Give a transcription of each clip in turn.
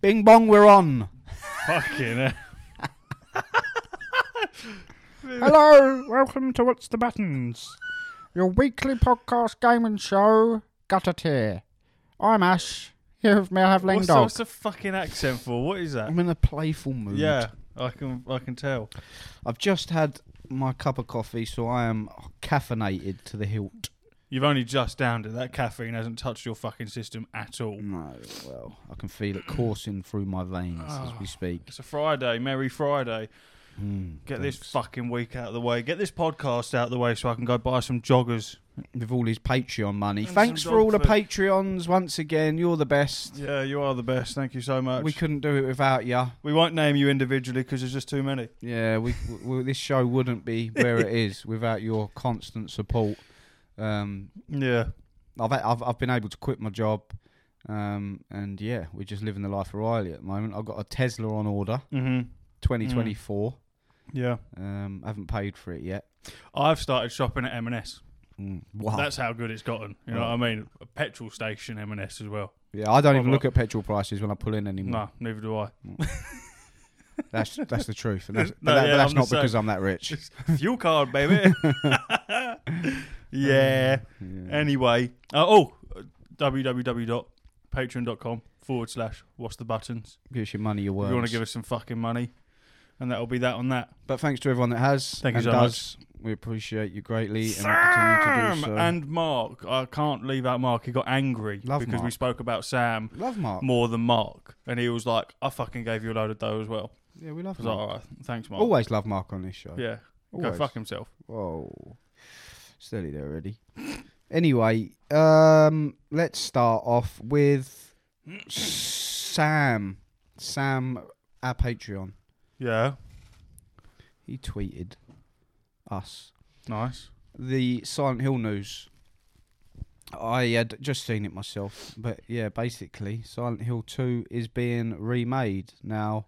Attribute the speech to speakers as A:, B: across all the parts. A: Bing bong, we're on.
B: Fucking hell.
A: Hello, welcome to What's the Buttons, your weekly podcast gaming show. Got it here. I'm Ash. Here with me, I have Ling
B: What's,
A: Dog.
B: what's the fucking accent for? What is that?
A: I'm in a playful mood.
B: Yeah, I can I can tell.
A: I've just had my cup of coffee, so I am caffeinated to the hilt.
B: You've only just downed it. That caffeine hasn't touched your fucking system at all.
A: Oh, No, well, I can feel it coursing through my veins as we speak.
B: It's a Friday, Merry Friday.
A: Mm,
B: Get this fucking week out of the way. Get this podcast out of the way so I can go buy some joggers.
A: with all his Patreon money.
B: And
A: Thanks
B: some
A: for
B: dog
A: all the
B: food.
A: Patreons once again. You're the best.
B: Yeah, you are the best. Thank you so much.
A: We
B: We,
A: couldn't do it without you.
B: won't name you individually because there's just too many.
A: Yeah, we, we this show wouldn't be where it is without your constant support. Um,
B: Yeah.
A: I've, I've I've been able to quit my job, um, and yeah, we're just living the life of Riley at the moment. I've got a Tesla on order,
B: Mm-hmm.
A: 2024.
B: Yeah.
A: Um, haven't paid for it yet.
B: I've started shopping at M&S.
A: Mm, Wow.
B: That's how good it's gotten. You know
A: Right.
B: what I mean? A petrol station M&S as well.
A: yeah, I don't even
B: Well,
A: look at petrol prices when I pull in anymore.
B: No, neither do I.
A: That's that's the truth, and that's, but
B: No,
A: that- but
B: yeah,
A: that's
B: I'm the
A: not
B: same.
A: because I'm that rich.
B: Fuel card, baby. yeah.
A: Yeah.
B: Anyway, uh, oh, www.patreon.com forward slash what's the buttons.
A: Give us your money, your
B: If
A: words.
B: you want to give us some fucking money, and that'll be that on that.
A: But thanks to everyone that has.
B: Thank you
A: and
B: so
A: does. We appreciate you greatly and we continue to do
B: Sam
A: so.
B: and Mark. I can't leave out Mark. He got angry
A: Love
B: because we
A: Mark.
B: spoke about Sam
A: love Mark.
B: more than Mark, and he was like, "I fucking gave you a load of dough as well."
A: Yeah, we
B: I
A: love
B: was like,
A: Mark.
B: "All right, thanks, Mark."
A: Always love Mark on this show.
B: Yeah,
A: Always.
B: go fuck himself.
A: Whoa. Steady there already. anyway, um, let's start off with Sam. Sam, our Patreon.
B: Yeah,
A: He tweeted us
B: nice.
A: the Silent Hill news. I had just seen it myself, but yeah, basically, Silent Hill 2 is being remade now.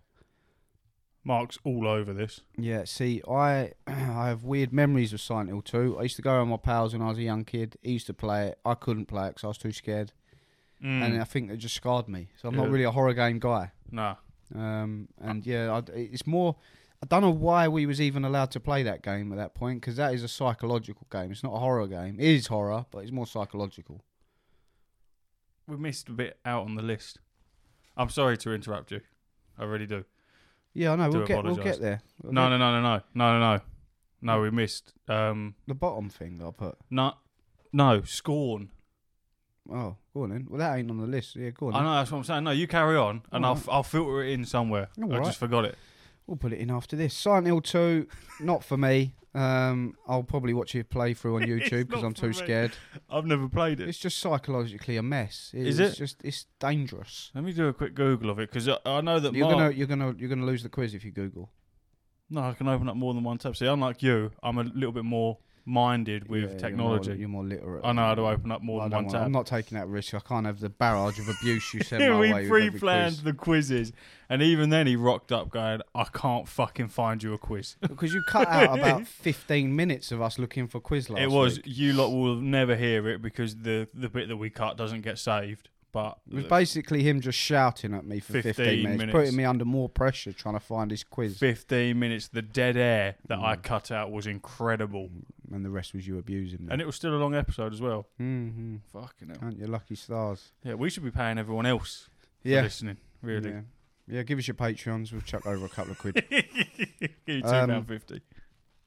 B: Mark's all over this.
A: Yeah, see, I I have weird memories of Silent Hill 2. I used to go around with my pals when I was a young kid. He used to play it. I couldn't play it because I was too scared,
B: Mm.
A: and I think it just scarred me. So I'm not
B: Yeah.
A: really a horror game guy.
B: nah,
A: Um, and yeah, I, it's more. I don't know why we was even allowed to play that game at that point because that is a psychological game. It's not a horror game. It is horror, but it's more psychological.
B: we missed a bit out on the list. I'm sorry to interrupt you. I really do.
A: Yeah, I know.
B: Do
A: We'll get we'll
B: apologise.
A: get there. We'll
B: No,
A: get
B: no, no, no, no, no, no, no. No, we missed. Um,
A: The bottom thing that I put.
B: no, no, scorn.
A: Oh, go on then. Well, that ain't on the list. Yeah, go on.
B: I
A: then.
B: know that's what I'm saying. No, you carry on, and I'll
A: Alright.
B: I'll filter it in somewhere. I
A: Alright.
B: just forgot it.
A: We'll put it in after this. Silent Hill 2, not for me. Um, I'll probably watch it playthrough on
B: It's
A: YouTube because
B: not
A: I'm
B: for
A: too
B: me.
A: scared.
B: I've never played it.
A: It's just psychologically a mess.
B: Is
A: it's
B: it?
A: Just it's dangerous.
B: Let me do a quick Google of it because I, I know that
A: You're
B: Mark.
A: gonna you're gonna you're gonna lose the quiz if you Google.
B: No, I can open up more than one tab. See, unlike you, I'm a little bit more minded
A: Yeah,
B: with
A: you're more-
B: technology.
A: You're more, literate.
B: I know how to open up more
A: I
B: than
A: don't
B: one
A: want-
B: tab.
A: I'm not taking that risk. I can't have the barrage of abuse you send my way.
B: we
A: with every
B: pre-planned
A: quiz.
B: the quizzes, and even then he rocked up going, "I can't fucking find you a quiz."
A: because you cut out about 15 minutes of us looking for quiz last
B: it was
A: week.
B: you lot will never hear it because the the bit that we cut doesn't get saved. But
A: It was basically him just shouting at me for 15,
B: 15
A: minutes,
B: minutes.
A: putting me under more pressure trying to find his quiz.
B: fifteen minutes, the dead air that I
A: Mm.
B: cut out was incredible,
A: and the rest was you abusing me.
B: and it was still a long episode as well.
A: mm-hmm.
B: Fucking hell!
A: Aren't you lucky stars?
B: Yeah, we should be paying everyone else for
A: Yeah,
B: listening. Really,
A: yeah, yeah. Give us your patreons. We'll chuck over a couple of quid.
B: give you two
A: Um,
B: pound fifty.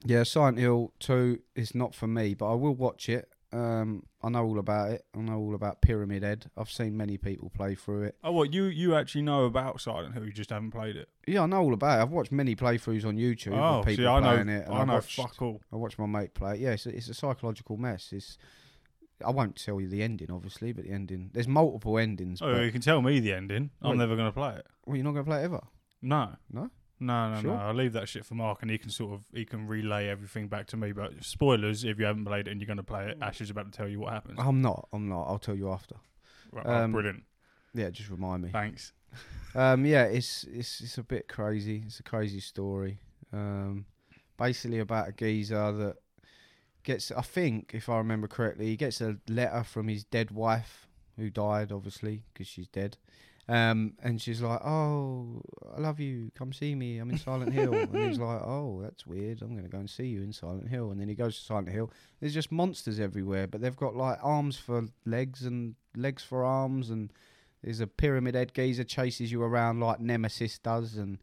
A: yeah, Silent Hill Two is not for me, but I will watch it. Um, I know all about it. I know all about Pyramid Head. I've seen many people play through it.
B: Oh, what you you actually know about Silent Hill? You just haven't played it.
A: Yeah, I know all about it. I've watched many playthroughs on YouTube
B: oh,
A: of people
B: see, I
A: playing
B: know,
A: it. And
B: I know,
A: watched,
B: fuck all.
A: I watched my mate play it. Yeah, it's a, it's a psychological mess. It's I won't tell you the ending, obviously, but the ending there's multiple endings.
B: Oh,
A: but,
B: you can tell me the ending.
A: Wait.
B: I'm never going to play it.
A: well, you're not gonna play it ever.
B: No.
A: No?
B: No, no,
A: Sure?
B: no. I'll leave that shit for Mark and he can sort of he can relay everything back to me. But spoilers, if you haven't played it and you're gonna play it, Ash is about to tell you what happens.
A: I'm not. I'm not. I'll tell you after.
B: Right, oh,
A: Oh, um,
B: brilliant.
A: Yeah, just remind me.
B: Thanks.
A: Um, yeah, it's it's it's a bit crazy. It's a crazy story. Um, basically about a geezer that gets, I think, if I remember correctly, he gets a letter from his dead wife who died, obviously, because she's dead, Um, and she's like, "Oh, I love you. Come see me. I'm in Silent Hill." and he's like, "Oh, that's weird. I'm gonna go and see you in Silent Hill." And then he goes to Silent Hill. There's just monsters everywhere, but they've got like arms for legs and legs for arms, and there's a pyramid head geezer chases you around like Nemesis does, and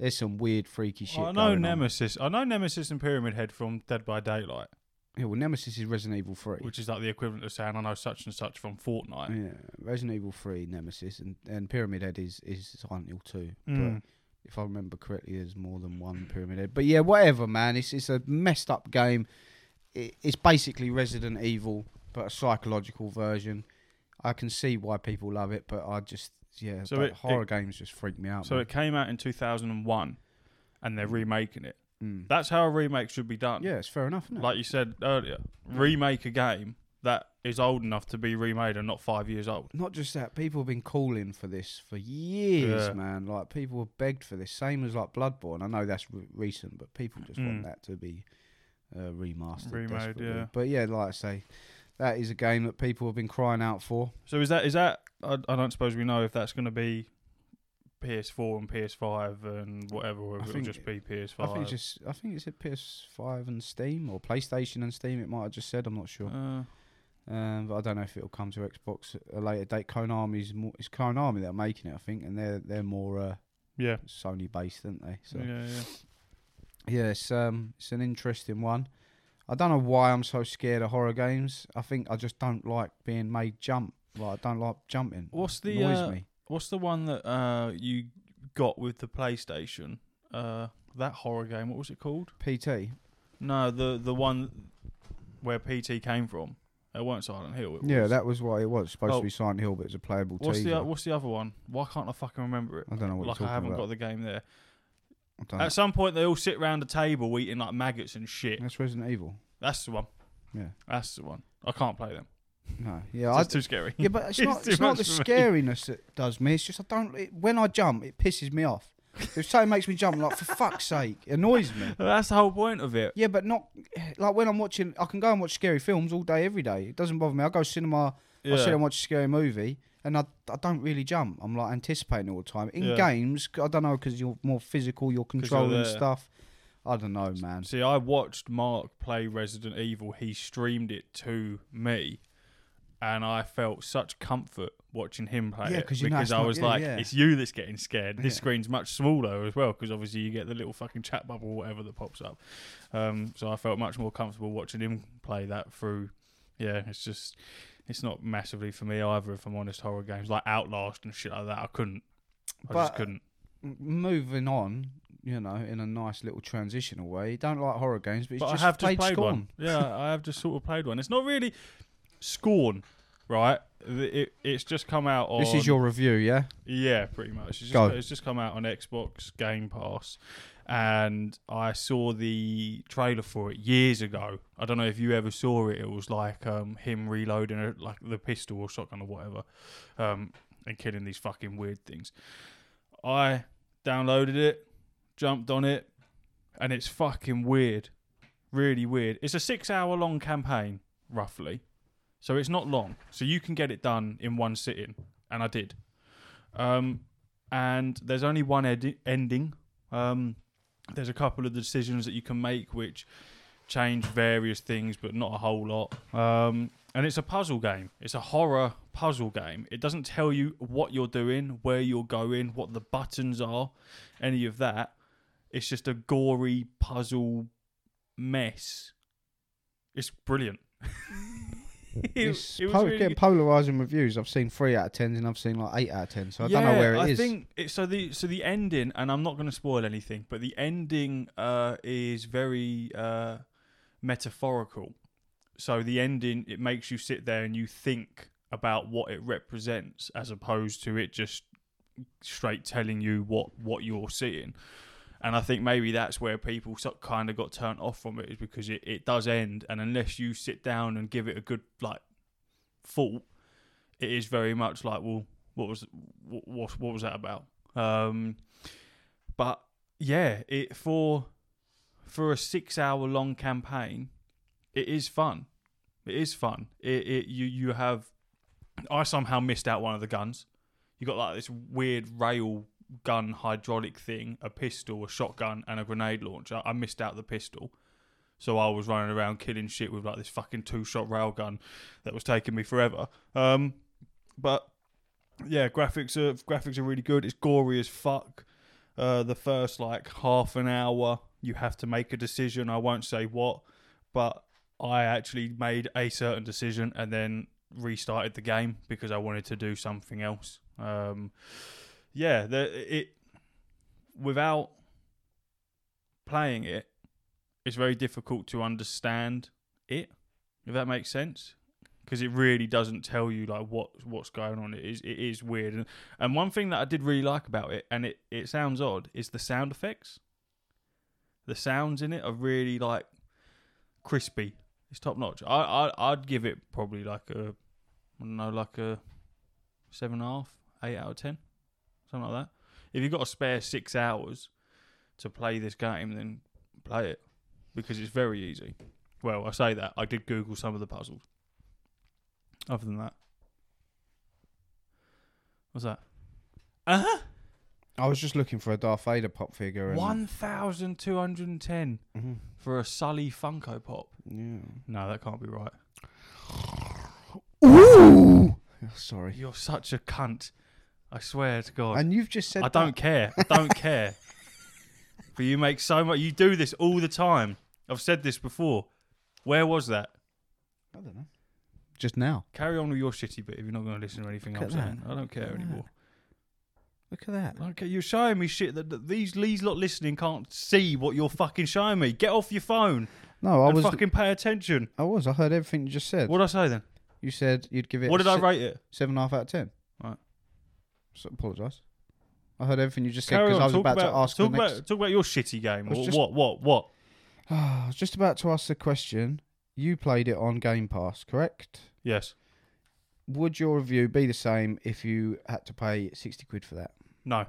A: there's some weird freaky shit.
B: I know
A: going on.
B: Nemesis. I know Nemesis and Pyramid Head from Dead by Daylight,
A: Yeah, well, Nemesis is Resident Evil Three.
B: which is like the equivalent of saying I know such and such from Fortnite.
A: yeah, Resident Evil Three, Nemesis, and, and Pyramid Head is is Silent Hill Two.
B: Mm.
A: But if I remember correctly, there's more than one Pyramid Head. But yeah, whatever, man. It's it's a messed up game. It, it's basically Resident Evil, but a psychological version. I can see why people love it, but I just yeah,
B: So
A: that
B: it-
A: horror games just freak me out.
B: So
A: man.
B: it came out in 2001, and they're remaking it.
A: Mm.
B: That's how a remake should be done.
A: yeah, it's fair enough, isn't it?
B: Like you said earlier, remake a game that is old enough to be remade and not five years old.
A: not just that, people have been calling for this for years,
B: Yeah.
A: man. Like people have begged for this, same as like Bloodborne. I know that's re- recent, but people just
B: Mm.
A: want that to be uh, remastered.
B: Remade,
A: desperately.
B: yeah.
A: But yeah, like I say, that is a game that people have been crying out for.
B: So is that is that? I, I don't suppose we know if that's going to be PS4 and PS5 and whatever, or
A: I
B: if it'll
A: think-
B: just be PS5.
A: I think it's just, I think it's at PS5 and Steam or PlayStation and Steam. It might have just said, I'm not sure.
B: Uh,
A: Um, but I don't know if it'll come to Xbox at a later date. Konami's more, it's Konami that are making it, I think, and they're they're more uh,
B: yeah.
A: Sony based, aren't they? So.
B: yeah, yeah.
A: Yeah, it's um, it's an interesting one. I don't know why I'm so scared of horror games. I think I just don't like being made jump. Like I don't like jumping.
B: What's
A: It
B: the
A: annoys
B: uh,
A: me?
B: What's the one that uh, you got with the PlayStation? Uh, that horror game. What was it called?
A: PT.
B: No, the the one where PT came from. It weren't Silent Hill. It
A: Yeah,
B: was.
A: that was what it was. Supposed
B: Oh.
A: to be Silent Hill, but it's a playable
B: What's
A: teaser.
B: the What's the other one? Why can't I fucking remember it?
A: I don't know what
B: Like
A: you're
B: I
A: talking
B: haven't
A: about.
B: got the game there.
A: I don't
B: At some point, they all sit round a table eating like maggots and shit.
A: That's Resident Evil.
B: That's the one.
A: Yeah.
B: That's the one. I can't play them.
A: No. Yeah. I,
B: It's too scary.
A: yeah, but it's,
B: It's
A: not.
B: too
A: It's not the
B: much for me.
A: scariness that does me. It's just I don't. It, when I jump, it pisses me off. if something makes me jump, I'm like for fuck's sake, it annoys me.
B: That's the whole point of it.
A: Yeah, but not like when I'm watching. I can go and watch scary films all day, every day. It doesn't bother me. I go cinema. I sit and watch a scary movie, and I, I don't really jump. I'm like anticipating all the time. In
B: Yeah.
A: games, I don't know because you're more physical. You're
B: you're
A: controlling
B: there.
A: stuff. I don't know, man.
B: See, I watched Mark play Resident Evil. He streamed it to me, and I felt such comfort watching him play
A: Yeah,
B: it
A: 'cause you know
B: because
A: it's
B: I
A: not-
B: was
A: yeah,
B: like,
A: yeah.
B: "It's you that's getting scared." This
A: Yeah.
B: screen's much smaller as well because obviously you get the little fucking chat bubble, or whatever that pops up. Um, so I felt much more comfortable watching him play that through. Yeah, it's just it's not massively for me either. If I'm honest, horror games like Outlast and shit like that, I couldn't. I
A: But-
B: just couldn't.
A: M- Moving on, you know, in a nice little transitional way. Don't like horror games, but, it's
B: but I
A: just
B: have
A: played,
B: just played
A: Scorn.
B: one. Yeah, I have just sort of played one. It's not really Scorn, right? Th- It, it's just come out on.
A: This is your review, yeah?
B: Yeah, pretty much. It's just,
A: Go.
B: it's just come out on Xbox Game Pass, and I saw the trailer for it years ago. I don't know if you ever saw it. It was like um, him reloading a, like the pistol or shotgun or whatever, um, and killing these fucking weird things. I downloaded it, jumped on it, and it's fucking weird, really weird. It's a six-hour-long campaign, roughly, so it's not long. So you can get it done in one sitting, and I did. Um, and there's only one edi- ending. Um, there's a couple of decisions that you can make which change various things, but not a whole lot. Um, and it's a puzzle game. It's a horror puzzle game. It doesn't tell you what you're doing, where you're going, what the buttons are, any of that. It's just a gory puzzle mess. It's brilliant. It-
A: It's
B: it was
A: po-
B: really
A: getting
B: good.
A: polarizing reviews. I've seen three out of tens, and I've seen like eight out of ten. So I don't know
B: Yeah,
A: where it is.
B: I think it, so. The so the ending, and I'm not going to spoil anything, but the ending uh, is very uh, metaphorical. So the ending, it makes you sit there and you think about what it represents, as opposed to it just straight telling you what what you're seeing. And I think maybe that's where people so, kind of got turned off from it is because it, it does end, and unless you sit down and give it a good like thought, it is very much like well, what was what what, what was that about? Um, but yeah, it for for a six hour long campaign, it is fun. It is fun. It, it you you have I somehow missed out one of the guns. you got like this weird rail gun hydraulic thing, a pistol, a shotgun, and a grenade launcher. I missed out the pistol. So I was running around killing shit with like this fucking two shot railgun that was taking me forever. Um, but yeah, graphics are graphics are really good. It's gory as fuck. Uh, the first like half an hour, you have to make a decision. I won't say what, but I actually made a certain decision and then restarted the game because I wanted to do something else. Um, yeah, the, it without playing it, it's very difficult to understand it. If that makes sense, because it really doesn't tell you like what what's going on. It is it is weird. And, and one thing that I did really like about it, and it it sounds odd, is the sound effects. The sounds in it are really like crispy. It's top notch. I, I I'd give it probably like a I don't know like a seven and a half, eight out of ten, something like that. If you've got a spare six hours to play this game, then play it because it's very easy. Well, I say that I did Google some of the puzzles. Other than that, what's that? Uh huh.
A: I was just looking for a Darth Vader pop figure. And
B: One thousand two hundred and ten
A: Mhm.
B: for a Sully Funko Pop.
A: Yeah.
B: No, that can't be right.
A: Oh, sorry.
B: You're such a cunt. I swear to God.
A: And you've just said
B: I don't care. I don't care. But you make so much. You do this all the time. I've said this before. Where was that?
A: That. I don't know. Just now.
B: Carry on with your shitty bit if you're not going to listen to anything
A: Look
B: I'm
A: at
B: saying.
A: that.
B: I don't care
A: Look at
B: anymore.
A: Look at that.
B: Okay, you're showing me shit that, that these these lot listening can't see what you're fucking showing me. Get off your phone
A: No, I
B: and
A: was.
B: fucking pay attention.
A: I was. I heard everything you just said.
B: What did I say then?
A: You said you'd give it.
B: What did
A: I
B: I rate it?
A: Seven and a half out of ten.
B: Right.
A: So apologise. I heard everything you just said
B: Carry
A: because
B: on.
A: I was
B: talk
A: about, to ask the
B: talk
A: next.
B: about talk about your shitty game.
A: I was
B: What,
A: just-
B: what what what?
A: I was just about to ask the question. You played it on Game Pass, correct?
B: Yes.
A: Would your review be the same if you had to pay sixty quid for that?
B: No.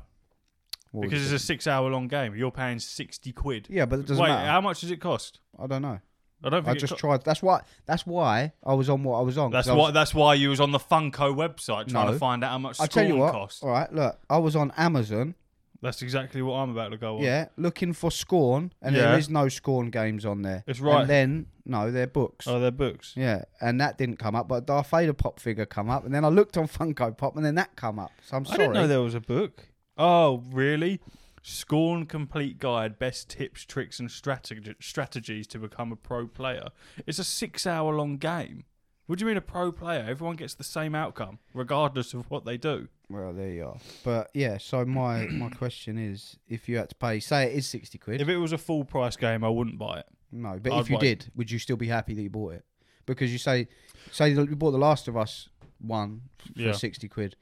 A: What would
B: Because
A: you
B: it's a six hour long game. You're paying sixty quid.
A: do? yeah, but it doesn't
B: Wait,
A: matter.
B: how much does it cost?
A: I don't know.
B: I don't
A: I
B: think it
A: just
B: co-
A: tried. That's why. That's why I was on what I was on. 'cause
B: that's
A: I was-
B: why. That's why you was on the Funko website trying
A: No.
B: to find out how much
A: I
B: Scorn
A: tell you what.
B: cost.
A: All right, look. I was on Amazon.
B: That's exactly what I'm about to go on.
A: Yeah, looking for Scorn, and
B: Yeah.
A: there is no Scorn games on there.
B: It's right.
A: And then no, they're books.
B: Oh, they're books.
A: Yeah, and that didn't come up, but Darth Vader pop figure come up, and then I looked on Funko Pop, and then that come up. So I'm
B: I
A: sorry.
B: didn't know there was a book. Oh, really? Scorn Complete Guide: Best Tips, Tricks, and Strateg- Strategies to Become a Pro Player. It's a six-hour-long game. What do you mean a pro player? Everyone gets the same outcome, regardless of what they do.
A: Well, there you are. But yeah, so my my question is, if you had to pay, say it is sixty quid,
B: If it was a full-price game, I wouldn't buy it.
A: no, but
B: I'd
A: if you
B: like-
A: did, would you still be happy that you bought it? Because you say, say that you bought The Last of Us one f- for
B: Yeah.
A: sixty quid,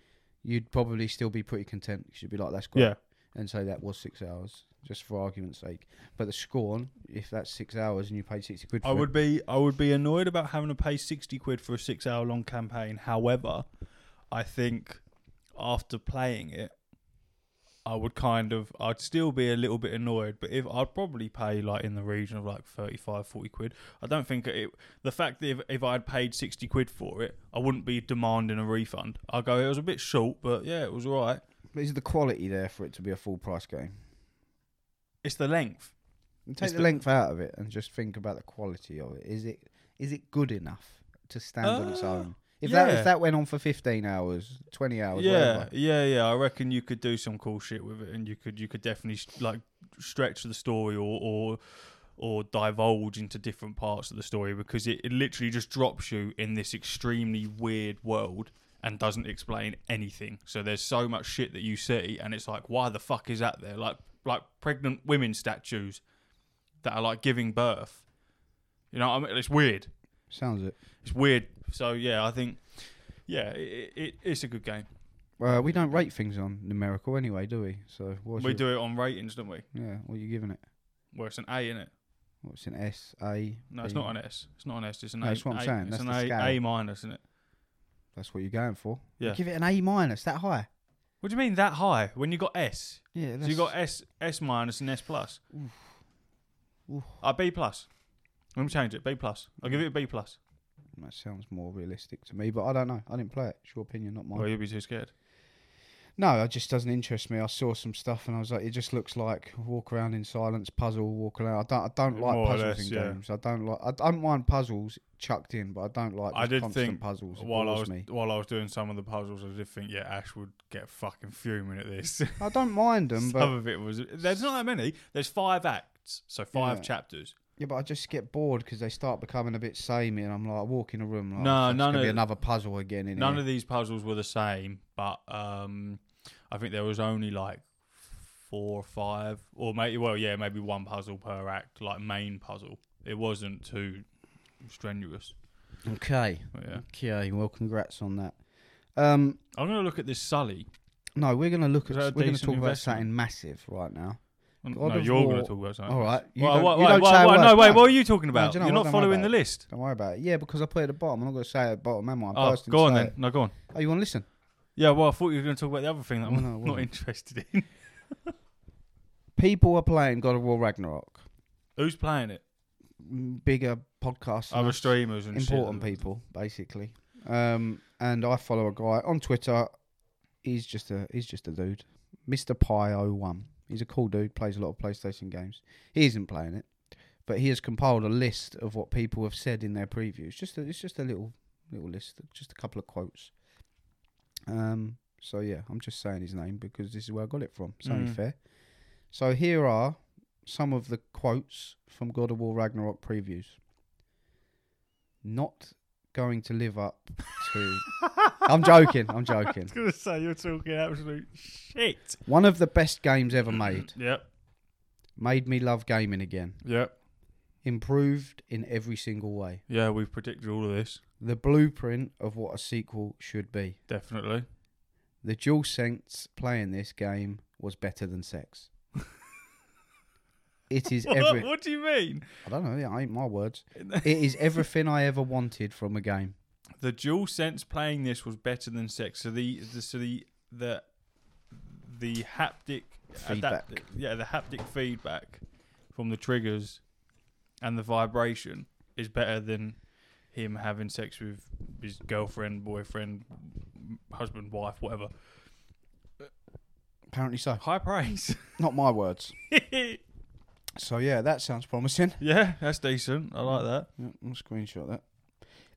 A: you'd probably still be pretty content. You should be like, that's great,
B: Yeah.
A: and say that was six hours, just for argument's sake. But the Scorn, if that's six hours and you paid sixty quid, for
B: I
A: it-
B: would be I would be annoyed about having to pay sixty quid for a six hour long campaign. However, I think after playing it, I would kind of I'd still be a little bit annoyed, but if I'd probably pay like in the region of like 35, 40 quid. I don't think it the fact that if, if I'd paid sixty quid for it, I wouldn't be demanding a refund. I go, it was a bit short, but yeah, it was alright.
A: But is the quality there for it to be a full price game?
B: It's the length.
A: Take
B: It's
A: the,
B: the-
A: length out of it and just think about the quality of it. Is it is it good enough to stand on its
B: Uh,
A: own? If that
B: yeah.
A: if that went on for fifteen hours, twenty hours,
B: yeah,
A: whatever.
B: yeah, yeah. I reckon you could do some cool shit with it, and you could you could definitely sh- like stretch the story or or or divulge into different parts of the story because it, it literally just drops you in this extremely weird world and doesn't explain anything. So there's so much shit that you see, and it's like, why the fuck is that there? Like like pregnant women statues that are like giving birth. You know, what I mean, it's weird.
A: Sounds it.
B: It's weird. So yeah, I think yeah, it, it, it's a good game.
A: Uh, we don't rate things on numerical anyway, do we? So what's
B: we
A: your-
B: do it on ratings, don't we?
A: Yeah, what are you giving it?
B: Well, it's an A, in it?
A: What's an S A?
B: No, it's
A: B?
B: not an S. It's not an S. It's an
A: No,
B: A.
A: that's what I'm
B: A-
A: saying.
B: It's
A: That's
B: an
A: the
B: A,
A: scale.
B: A minus, isn't it?
A: That's what you're going for.
B: Yeah.
A: Give it an A minus. That high.
B: What do you mean that high? When you got S,
A: Yeah.
B: so you got S, S minus, and S plus.
A: Oof.
B: Uh, B plus. Let me change it. B plus. I'll give it a B plus.
A: that sounds more realistic to me, but I don't know. I didn't play it. It's your opinion, not mine.
B: Well, you'll be too scared.
A: No, it just doesn't interest me. I saw some stuff and I was like, it just looks like walk around in silence, puzzle, walk around. I don't, I don't like
B: More or
A: puzzles
B: less,
A: in
B: yeah.
A: games. I don't like. I don't mind puzzles chucked in, but I don't like.
B: I
A: just
B: did
A: constant
B: think
A: puzzles. It
B: While I
A: bores
B: was
A: me.
B: while I was doing some of the puzzles, I did think, yeah, Ash would get fucking fuming at this.
A: I don't mind them,
B: some
A: but
B: of it was there's not that many. There's five acts, so five
A: Yeah.
B: chapters.
A: yeah, but I just get bored because they start becoming a bit samey, and I'm like, I walk in a room like,
B: No,
A: "Oh, it's
B: none
A: gonna be
B: of-
A: another puzzle again. In
B: None
A: here.
B: of these puzzles were the same, but um, I think there was only like four or five, or maybe well, yeah, maybe one puzzle per act, like main puzzle. It wasn't too strenuous.
A: Okay,
B: But yeah,
A: okay. Well, congrats on that. Um,
B: I'm gonna look at this Sully.
A: no, we're gonna look at
B: Is that a
A: we're gonna
B: decent
A: talk about
B: investment?
A: something massive right now. God
B: no,
A: of
B: you're
A: War-
B: gonna talk about something.
A: All right, you
B: Why-
A: don't-
B: why-
A: you
B: why-
A: don't
B: why-
A: say a
B: why-
A: word.
B: no, wait,
A: No.
B: what are you talking about?
A: do you know
B: you are
A: what?
B: not
A: Don't worry
B: following
A: about
B: the list.
A: Don't worry about it. Yeah, because I put it at the bottom. I'm not going to say it at the bottom, am I? I
B: Oh,
A: burst and
B: go on
A: say
B: then.
A: it.
B: No, go on.
A: Oh, you want to listen?
B: Yeah, well, I thought you were going to talk about the other thing that
A: No,
B: I'm
A: no, I
B: not
A: wasn't.
B: interested in.
A: People are playing God of War Ragnarok.
B: Who's playing it?
A: M- Bigger podcasts. than
B: Other
A: us.
B: streamers and shit.
A: Important people, basically. Um, and I follow a guy on Twitter. He's just a he's just a dude, Mister Pie O One. He's a cool dude. Plays a lot of PlayStation games. He isn't playing it, but he has compiled a list of what people have said in their previews. Just a, it's just a little little list, just a couple of quotes. Um. So yeah, I'm just saying his name because this is where I got it from. It's only
B: Mm.
A: fair. So here are some of the quotes from God of War Ragnarok previews. Not going to live up to. I'm joking. I'm
B: I
A: joking.
B: was going to say, you're talking absolute shit.
A: One of the best games ever made.
B: Yep,
A: Made me love gaming again.
B: yep.
A: Improved in every single way.
B: Yeah, we've predicted all of this.
A: The blueprint of what a sequel should be.
B: Definitely.
A: The dual sense playing this game was better than sex. it is
B: What,
A: every.
B: what do you mean?
A: I don't know. That ain't my words. It is everything I ever wanted from a game.
B: The dual sense playing this was better than sex. So the, the so the the the haptic
A: Feedback.
B: adapt- yeah, the haptic feedback from the triggers and the vibration is better than him having sex with his girlfriend, boyfriend, husband, wife, whatever.
A: Apparently so.
B: High praise.
A: Not my words. So yeah, that sounds promising.
B: yeah, that's decent. I like that.
A: Yeah, I'll screenshot that.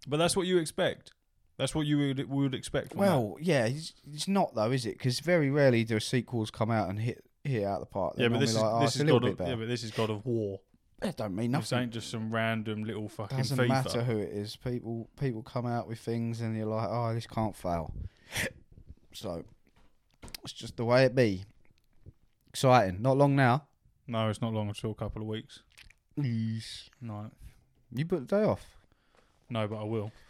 B: But that's what you expect. That's what you would, would expect. From
A: Well, yeah, it's, it's not though, is it? Because very rarely do sequels come out and hit hit out the park. They're
B: that. yeah, but
A: normally
B: this is
A: like, oh,
B: this
A: it's
B: is
A: a little
B: God
A: bit
B: of, yeah,
A: better.
B: but this is God of War.
A: That don't mean
B: This
A: nothing.
B: ain't just some random little fucking
A: Doesn't
B: FIFA.
A: matter who it is. People people come out with things and you're like, oh, this can't fail. so it's just the way it be. Exciting. Not long now.
B: No, it's not long at all. A couple of weeks.
A: You
B: No,
A: put the day off.
B: no, but I will.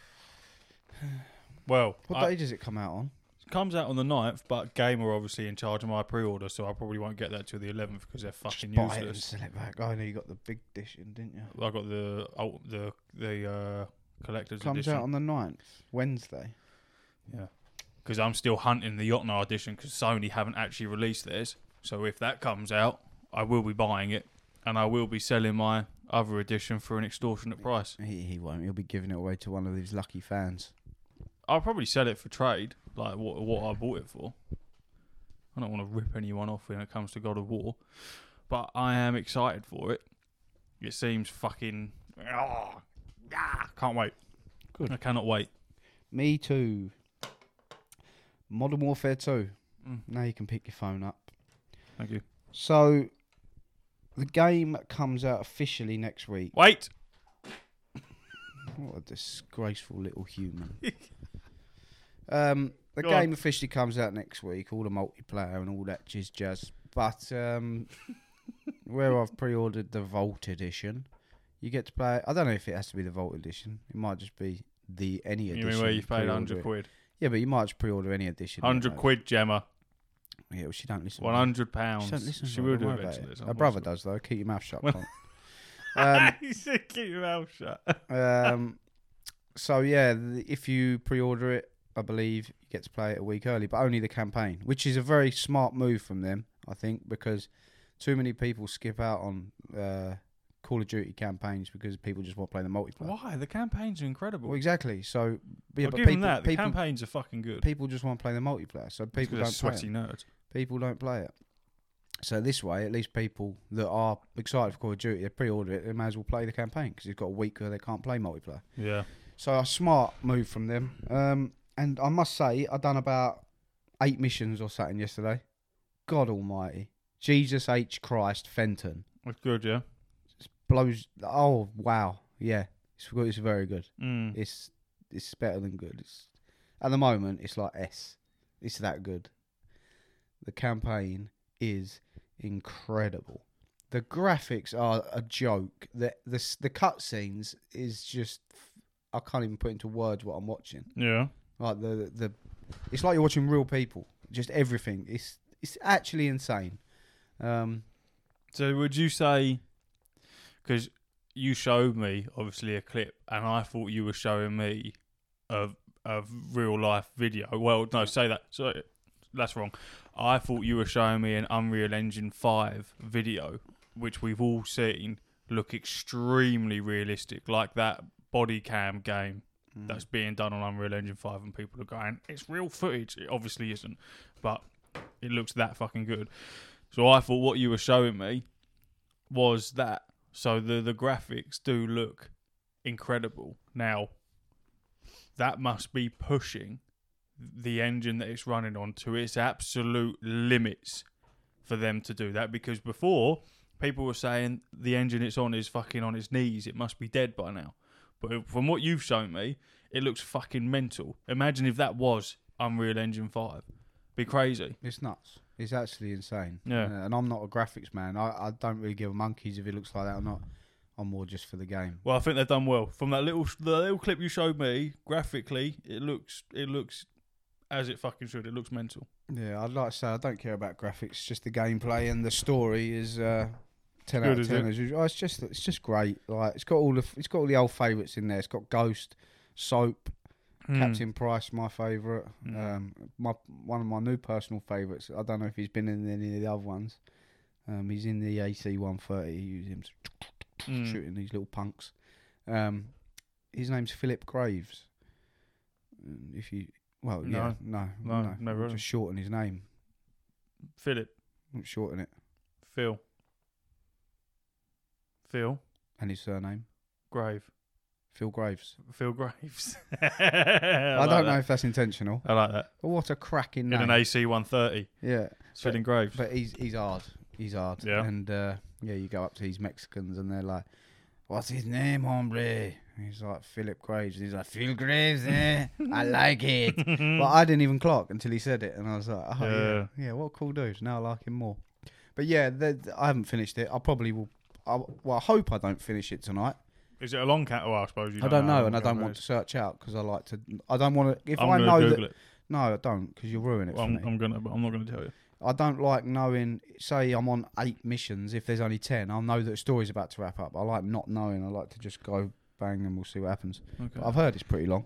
B: Well,
A: What
B: I-
A: day does it come out on?
B: it comes out on the 9th, but Game are obviously in charge of my pre-order, so I probably won't get that till the eleventh because they're fucking
A: Just buy it and
B: useless.
A: sell it back. Oh, I know you got the big dish in, didn't you?
B: I got the ult- the the uh, collector's
A: Comes
B: edition.
A: out on the 9th, Wednesday.
B: Yeah. Because I'm still hunting the Yotnar edition because Sony haven't actually released theirs. So if that comes out, I will be buying it and I will be selling my other edition for an extortionate price.
A: He, he won't. He'll be giving it away to one of these lucky fans.
B: I'll probably sell it for trade, like what, what I bought it for. I don't want to rip anyone off when it comes to God of War, but I am excited for it. It seems fucking. Ah, ah, can't wait.
A: Good.
B: I cannot wait.
A: Me too. Modern Warfare 2.
B: Mm.
A: Now you can pick your phone up.
B: Thank you.
A: So, the game comes out officially next week.
B: Wait!
A: What a disgraceful little human. um, the
B: Go on.
A: game officially comes out next week. All the multiplayer and all that jizz jazz. But um, where I've pre-ordered the Vault edition, you get to play. I don't know if it has to be the Vault edition. It might just be the any
B: You
A: edition.
B: mean where you've paid
A: pre-order
B: 100
A: it.
B: quid?
A: Yeah, but you might just pre-order any edition.
B: 100 quid, Gemma.
A: Yeah, well, she don't listen.
B: One hundred pounds.
A: She, don't listen
B: She
A: to it,
B: will
A: don't
B: do
A: worry about
B: eventually.
A: it. Her brother does though. Keep your mouth shut.
B: Well-
A: cunt. um,
B: he said, "Keep your mouth shut."
A: um, so yeah, the, if you pre-order it, I believe you get to play it a week early, but only the campaign, which is a very smart move from them, I think, because too many people skip out on uh, Call of Duty campaigns because people just want to play the multiplayer.
B: Why? The campaigns are incredible.
A: Well, exactly. So, yeah,
B: I'll
A: but people,
B: give them that. The
A: people,
B: campaigns are fucking good.
A: people just want to play the multiplayer, so
B: It's 'cause
A: people
B: they're
A: don't play it.
B: sweaty nerds.
A: People don't play it. So this way, at least people that are excited for Call of Duty, they pre-order it, they may as well play the campaign because it's got a week where they can't play multiplayer.
B: Yeah.
A: So a smart move from them. Um, and I must say, I done about eight missions or something yesterday. God Almighty, Jesus H Christ Fenton
B: That's good, yeah.
A: blows. Oh wow, yeah, it's good. It's very good.
B: Mm.
A: It's it's better than good. It's at the moment it's like S. It's that good. The campaign is incredible. The graphics are a joke. The the s- the cutscenes is just I can't even put into words what I'm watching.
B: Yeah.
A: Like the the it's like you're watching real people. Just everything. It's it's actually insane. Um
B: So would you say? Because you showed me obviously a clip, and I thought you were showing me a a real life video. Well, no, say that. Sorry, that's wrong. I thought you were showing me an Unreal Engine Five video, which we've all seen look extremely realistic, like that body cam game that's being done on Unreal Engine Five, and people are going, "It's real footage." It obviously isn't, but it looks that fucking good. So I thought what you were showing me was that. So the the graphics do look incredible. Now that must be pushing the engine that it's running on to its absolute limits for them to do that because before people were saying the engine it's on is fucking on its knees it must be dead by now but from what you've shown me it looks fucking mental imagine if that was unreal engine 5 be crazy
A: It's nuts. It's actually insane.
B: Yeah.
A: Uh, and I'm not a graphics man. I, I don't really give a monkeys if it looks like that or not. I'm more just for the game.
B: Well, I think they've done well from that little the little clip you showed me. Graphically, it looks it looks as it fucking should. It looks mental.
A: Yeah, I'd like to say I don't care about graphics. Just the gameplay and the story is uh, ten out
B: good,
A: of
B: is
A: ten
B: it?
A: as usual. Oh, it's just it's just great. Like it's got all the it's got all the old favourites in there. It's got Ghost, Soap,
B: Hmm.
A: Captain Price, my favourite.
B: Mm.
A: Um, my one of my new personal favourites. I don't know if he's been in any of the other ones. Um, he's in the AC-130. You use him
B: Mm.
A: shooting these little punks. Um, his name's Philip Graves. Um, If you well,
B: No.
A: yeah, no,
B: No,
A: no,
B: never heard of him.
A: Just shorten his name.
B: Philip,
A: Shorten it
B: Phil, Phil,
A: and his surname
B: Grave,
A: Phil Graves.
B: Phil Graves. I,
A: I,
B: like
A: don't
B: that.
A: know if that's intentional.
B: I like that
A: But what a cracking
B: in
A: name!
B: an AC one thirty.
A: yeah,
B: It's Phil Graves.
A: but he's he's hard. He's hard.
B: Yeah.
A: And uh, yeah, you go up to these Mexicans and they're like, "What's his name, hombre?" And he's like Philip Graves. And he's like Phil Graves. Eh? I like it. Well, I didn't even clock until he said it, and I was like, oh, yeah.
B: Yeah.
A: yeah, what a cool dude. Now I like him more. But yeah, the, the- I haven't finished it. I probably will. I, well, I hope I don't finish it tonight.
B: Is it a long cat? Well, I suppose you.
A: I
B: Don't
A: don't
B: how
A: know,
B: long
A: and I
B: Phil
A: don't want to
B: Graves-
A: search out because I like to. I don't want to. If
B: I'm
A: i
B: gonna
A: know
B: Google
A: that,
B: it.
A: no, I don't, because you'll ruin it for
B: I'm,
A: me.
B: I'm gonna, but I'm not gonna tell you.
A: I don't like knowing. Say I'm on eight missions. If there's only ten, I'll know that a story's about to wrap up. I like not knowing. I like to just go bang and we'll see what happens.
B: Okay.
A: But I've heard it's pretty long,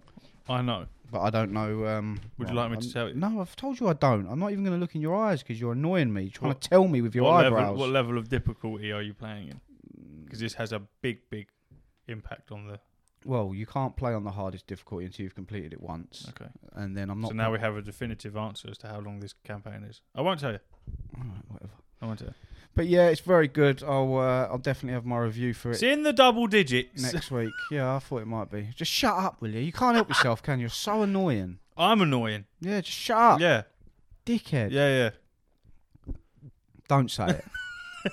B: I know.
A: but I don't know. Um,
B: Would you
A: well,
B: like me to
A: I'm-
B: tell you?
A: No, I've told you I don't. I'm not even going to look in your eyes because you're annoying me. You're trying
B: What-
A: to tell me with your
B: what
A: eyebrows.
B: Level, what level of difficulty are you playing in? Because this has a big, big impact on the.
A: well, you can't play on the hardest difficulty until you've completed it once,
B: Okay.
A: and then I'm not.
B: so now we have a definitive answer as to how long this campaign is. I won't tell you.
A: Alright, whatever.
B: I won't tell you.
A: But yeah, it's very good. I'll uh, I'll definitely have my review for it
B: It's in the double digits.
A: next week. Yeah, I thought it might be. Just shut up, will you? You can't help yourself, can you? You're so annoying.
B: I'm annoying.
A: Yeah, just shut up,
B: Yeah.
A: dickhead.
B: Yeah,
A: Don't say it.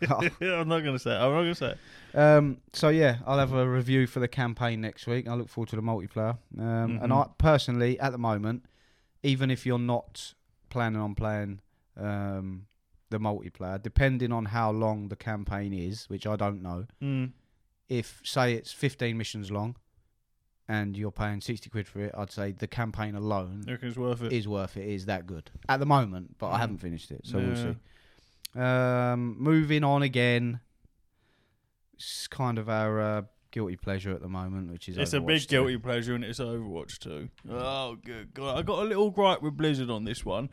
B: yeah. I'm not going to say it. I'm not going to say it.
A: Um, so yeah, I'll have a review for the campaign next week. I look forward to the multiplayer. Um, And I
B: Mhm.
A: personally, at the moment, even if you're not planning on playing um, the multiplayer, depending on how long the campaign is, which I don't know,
B: Mm.
A: if say it's 15 missions long, and you're paying 60 quid for it, I'd say the campaign alone
B: You reckon it's worth it?
A: is worth it. Is that good at the moment? But I
B: Mm.
A: haven't finished it, so
B: Yeah.
A: we'll see. Um, moving on again. It's kind of our uh, guilty pleasure at the moment, which is
B: It's a
A: Overwatch
B: big
A: two.
B: guilty pleasure, and it's Overwatch too. Oh, good God. I got a little gripe with Blizzard on this one.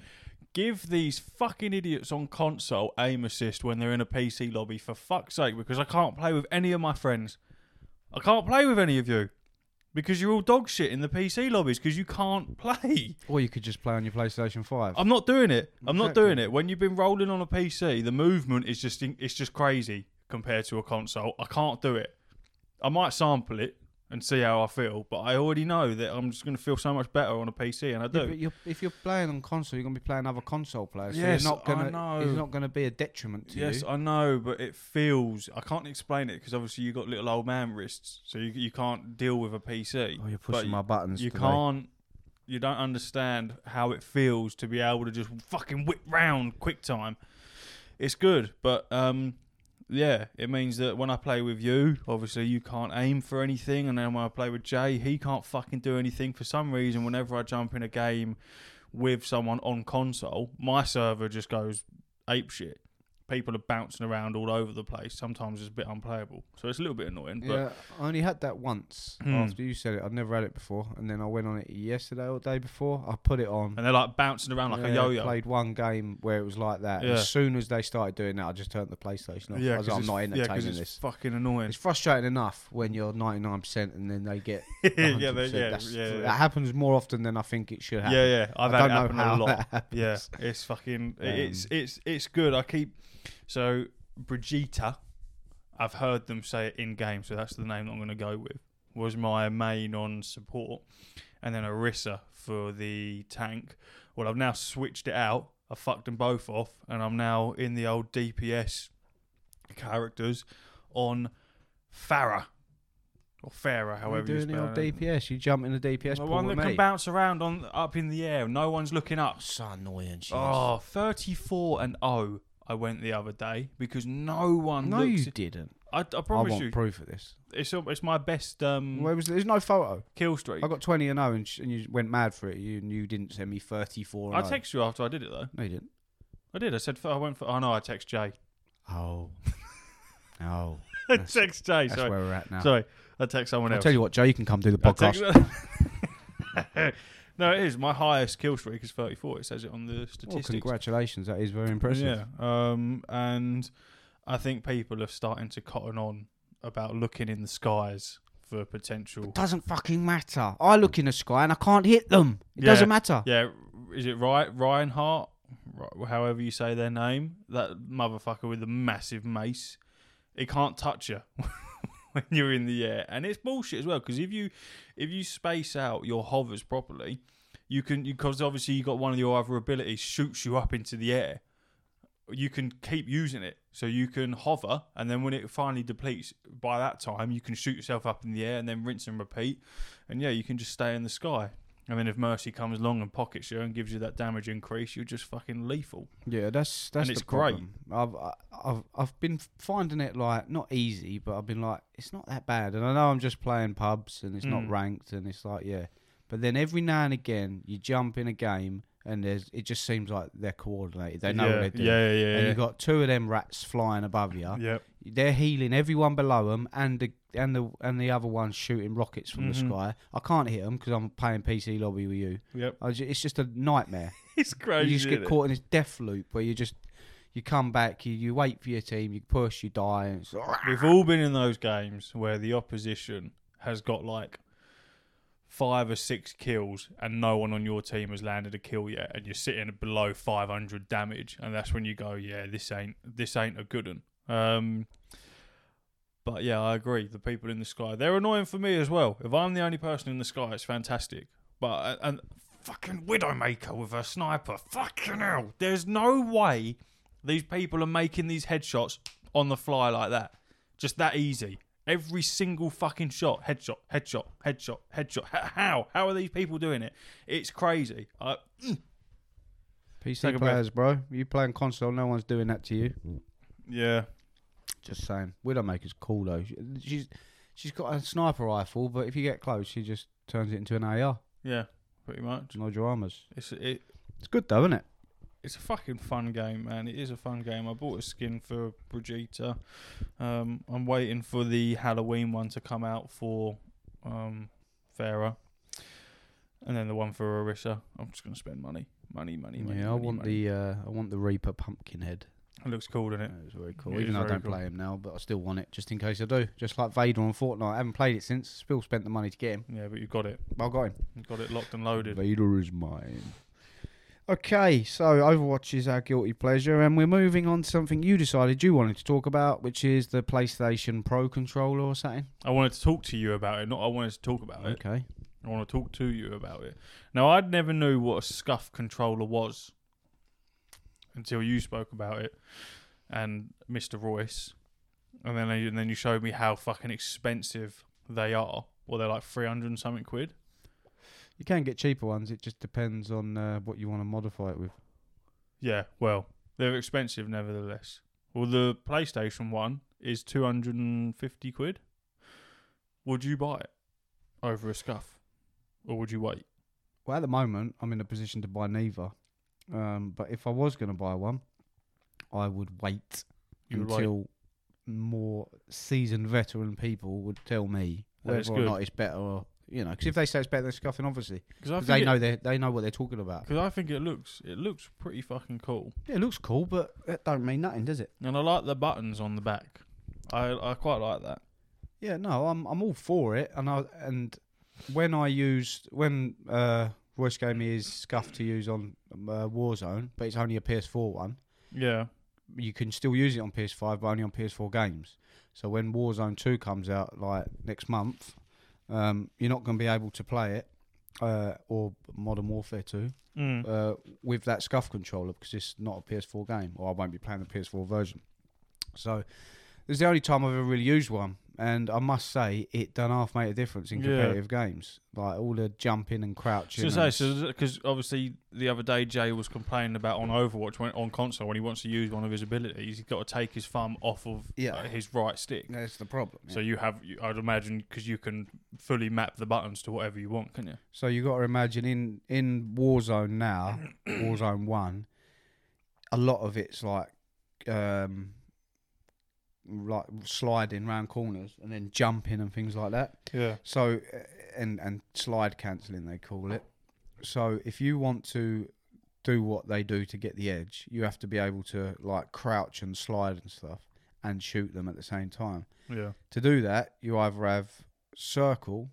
B: Give these fucking idiots on console aim assist when they're in a PC lobby for fuck's sake, because I can't play with any of my friends. I can't play with any of you because you're all dog shit in the PC lobbies because you can't play.
A: Or you could just play on your PlayStation 5.
B: I'm not doing it. I'm not
A: Exactly.
B: doing it. When you've been rolling on a PC, the movement is just it's just crazy compared to a console. I can't do it. I might sample it and see how I feel, but I already know that I'm just going to feel so much better on a PC, and I
A: Yeah,
B: do.
A: but you're, if you're playing on console, you're going to be playing other console players. So
B: Yes,
A: you're not
B: I
A: gonna,
B: know.
A: It's not going to be a detriment to
B: Yes,
A: you.
B: I know, but it feels I can't explain it because obviously you got little old man wrists, so you you can't deal with a PC.
A: oh, you're
B: but
A: pushing my buttons.
B: you
A: today.
B: can't you don't understand how it feels to be able to just fucking whip round quick time it's good but um yeah it means that when i play with you obviously you can't aim for anything and then when i play with jay he can't fucking do anything for some reason whenever i jump in a game with someone on console my server just goes ape shit people are bouncing around all over the place sometimes it's a bit unplayable so it's a little bit annoying but
A: Yeah, I only had that once
B: Hmm.
A: after you said it. I'd never had it before, and then I went on it yesterday or day before. I put it on.
B: and they're like bouncing around like a
A: Yeah,
B: yo-yo
A: Played one game where it was like that.
B: Yeah.
A: As soon as they started doing that, I just turned the PlayStation off. I was
B: 'cause
A: like, I'm
B: it's-
A: not
B: yeah, 'cause
A: entertaining
B: it's
A: this.
B: Fucking annoying.
A: It's frustrating enough when you're 99% and then they get
B: yeah,
A: 100%.
B: they- yeah,
A: That's-
B: yeah,
A: That
B: yeah.
A: happens more often than I think it should
B: yeah,
A: happen.
B: yeah. I've
A: I
B: had it
A: don't
B: happen
A: know how
B: a lot.
A: that happens.
B: Yeah, it's fucking. it's
A: Um,
B: it's it's good. I keep so Brigitta. I've heard them say it in game, so that's the name that I'm going to go with. Was my main on support, and then Arissa for the tank. Well, I've now switched it out. I fucked them both off, and I'm now in the old DPS characters on Farah or Farah,
A: We're
B: however you
A: doing the
B: spell
A: old
B: it.
A: DPS. You jump in the DPS
B: The
A: pool
B: one that
A: with
B: can
A: me. Oh,
B: bounce around on up in the air. No one's looking up.
A: So annoying. She is.
B: Oh, 34 and 0 I went the other day because no one
A: no,
B: looks.
A: you didn't.
B: I, I
A: I
B: promise
A: want
B: you,
A: proof of this.
B: it's it's my best um,
A: Where was there's no photo.
B: kill streak.
A: I got 20 and 0, and, sh- and you went mad for it. You and you didn't send me 34.
B: I
A: And 0.
B: text you after I did it though.
A: No, you didn't.
B: I did. I said I went for. Oh no, I text Jay.
A: Oh, oh,
B: I
A: That's-
B: text Jay.
A: that's
B: Sorry,
A: where we're at now.
B: sorry. I text someone
A: I'll
B: else.
A: tell you what, Joe, you can come do the
B: I
A: podcast.
B: text- no, it is my highest kill streak is 34. It says it on the
A: Well,
B: statistics.
A: Oh, congratulations, that is very impressive.
B: Yeah, um, and I think people are starting to cotton on about looking in the skies for potential.
A: Doesn't fucking matter. I look in the sky and I can't hit them. It
B: Yeah.
A: doesn't matter.
B: Yeah, is it right, Ryan Hart? Ri- However you say their name, that motherfucker with the massive mace, it can't touch you when you're in the air, and it's bullshit as well. Because if you if you space out your hovers properly, you can because obviously you got one of your other abilities shoots you up into the air. You can keep using it, so you can hover, and then when it finally depletes, by that time you can shoot yourself up in the air, and then rinse and repeat. And yeah, you can just stay in the sky. And then if Mercy comes along and pockets you and gives you that damage increase, you're just fucking lethal.
A: Yeah, that's that's
B: it's
A: the problem. I've I- I've I've been finding it like not easy, but I've been like it's not that bad. And I know I'm just playing pubs and it's not
B: Mm.
A: ranked and it's like yeah. But then every now and again you jump in a game and there's it just seems like they're coordinated. They know
B: yeah,
A: what they're doing.
B: Yeah, yeah, yeah.
A: And you got two of them rats flying above you.
B: Yep.
A: They're healing everyone below them, and the and the and the other one's shooting rockets from
B: Mhm.
A: the sky. I can't hit them because I'm playing PC lobby with you.
B: Yep.
A: I ju- it's just a nightmare.
B: It's crazy.
A: You just
B: isn't
A: get
B: it?
A: caught in this death loop where you just you come back, you, you wait for your team, you push, you die, and it's
B: We've all been in those games where the opposition has got like five or six kills and no one on your team has landed a kill yet and you're sitting below 500 damage and that's when you go yeah this ain't this ain't a good one um but yeah i agree the people in the sky they're annoying for me as well if i'm the only person in the sky it's fantastic but uh, and fucking widowmaker with a sniper fucking hell there's no way these people are making these headshots on the fly like that. Just that easy. Every single fucking shot, headshot, headshot, headshot, headshot. H- how? How are these people doing it? It's crazy. I
A: PC
B: Take a breath.
A: players, bro. You playing console, no one's doing that to you.
B: yeah.
A: Just saying, Widowmaker's cool though. She- She's she's got a sniper rifle, but if you get close, she just turns it into an AR.
B: Yeah, pretty much.
A: No dramas.
B: It's it,
A: It's good though, isn't it?
B: it's a fucking fun game, man. It is a fun game. I bought a skin for Brigitta. Um, I'm waiting for the Halloween one to come out for um, Farah. And then the one for Orissa. I'm just going to spend money. Money, money, money.
A: Yeah, I
B: money,
A: want
B: money.
A: the uh, I want the Reaper Pumpkinhead.
B: It looks cool, doesn't it?
A: It was very cool.
B: It is
A: Even though I
B: very
A: don't
B: cool.
A: play him now, but I still want it just in case I do. Just like Vader on Fortnite. I haven't played it since. Still spent the money to get him.
B: Yeah, but you've got it.
A: But I got him.
B: You've got it locked and loaded.
A: Vader is mine. Okay, so Overwatch is our guilty pleasure, and we're moving on to something you decided you wanted to talk about, which is the PlayStation Pro controller or something.
B: I wanted to talk to you about it. Not I wanted to talk about it.
A: Oh, Okay.
B: I want to talk to you about it. Now, I'd never knew what a scuff controller was until you spoke about it and Mr. Royce, and then and then you showed me how fucking expensive they are. Well, they're like three hundred and something quid.
A: You can get cheaper ones. It just depends on uh, what you want to modify it with.
B: Yeah, well, they're expensive nevertheless. Well, the PlayStation one is two hundred and fifty quid. Would you buy it over a scuff, or would you wait?
A: Well, at the moment, I'm in a position to buy neither. Um, but if I was going to buy one, I would wait
B: You would wait.
A: until more seasoned veteran people would tell me
B: That it's
A: whether or
B: good.
A: not it's better or you know. Because if they say it's better than scuffing, obviously,
B: Because I
A: 'Cause
B: think
A: they
B: it-
A: know they they know what they're talking about.
B: Because I think it looks it looks pretty fucking cool,
A: Yeah, it looks cool, but that don't mean nothing, does it?
B: and I like the buttons on the back. I I quite like that.
A: Yeah, no, I'm I'm all for it, and I and when I used when uh, Royce gave me his scuff to use on um, uh, Warzone, but it's only a PS4 one.
B: Yeah,
A: you can still use it on PS5, but only on PS4 games. So when Warzone 2 comes out, like next month, um, you're not going to be able to play it uh, or Modern Warfare 2
B: mm.
A: uh, with that scuff controller because it's not a PS4 game, or I won't be playing the PS4 version. So this is the only time I've ever really used one, and I must say it done half made a difference in
B: Yeah.
A: competitive games, like all the jumping and crouching.
B: so say
A: and-
B: so because obviously the other day Jay was complaining about on Overwatch when on console when he wants to use one of his abilities, he's got to take his thumb off of
A: Yeah.
B: uh, his right stick.
A: that's the problem. yeah.
B: So you have, you, I'd imagine, because you can fully map the buttons to whatever you want, can you?
A: So you got to imagine in in Warzone now, Warzone One, a lot of it's like, um, like sliding round corners and then jumping and things like that.
B: Yeah.
A: So uh, and and slide cancelling they call it. So if you want to do what they do to get the edge, you have to be able to like crouch and slide and stuff and shoot them at the same time.
B: Yeah.
A: To do that, you either have circle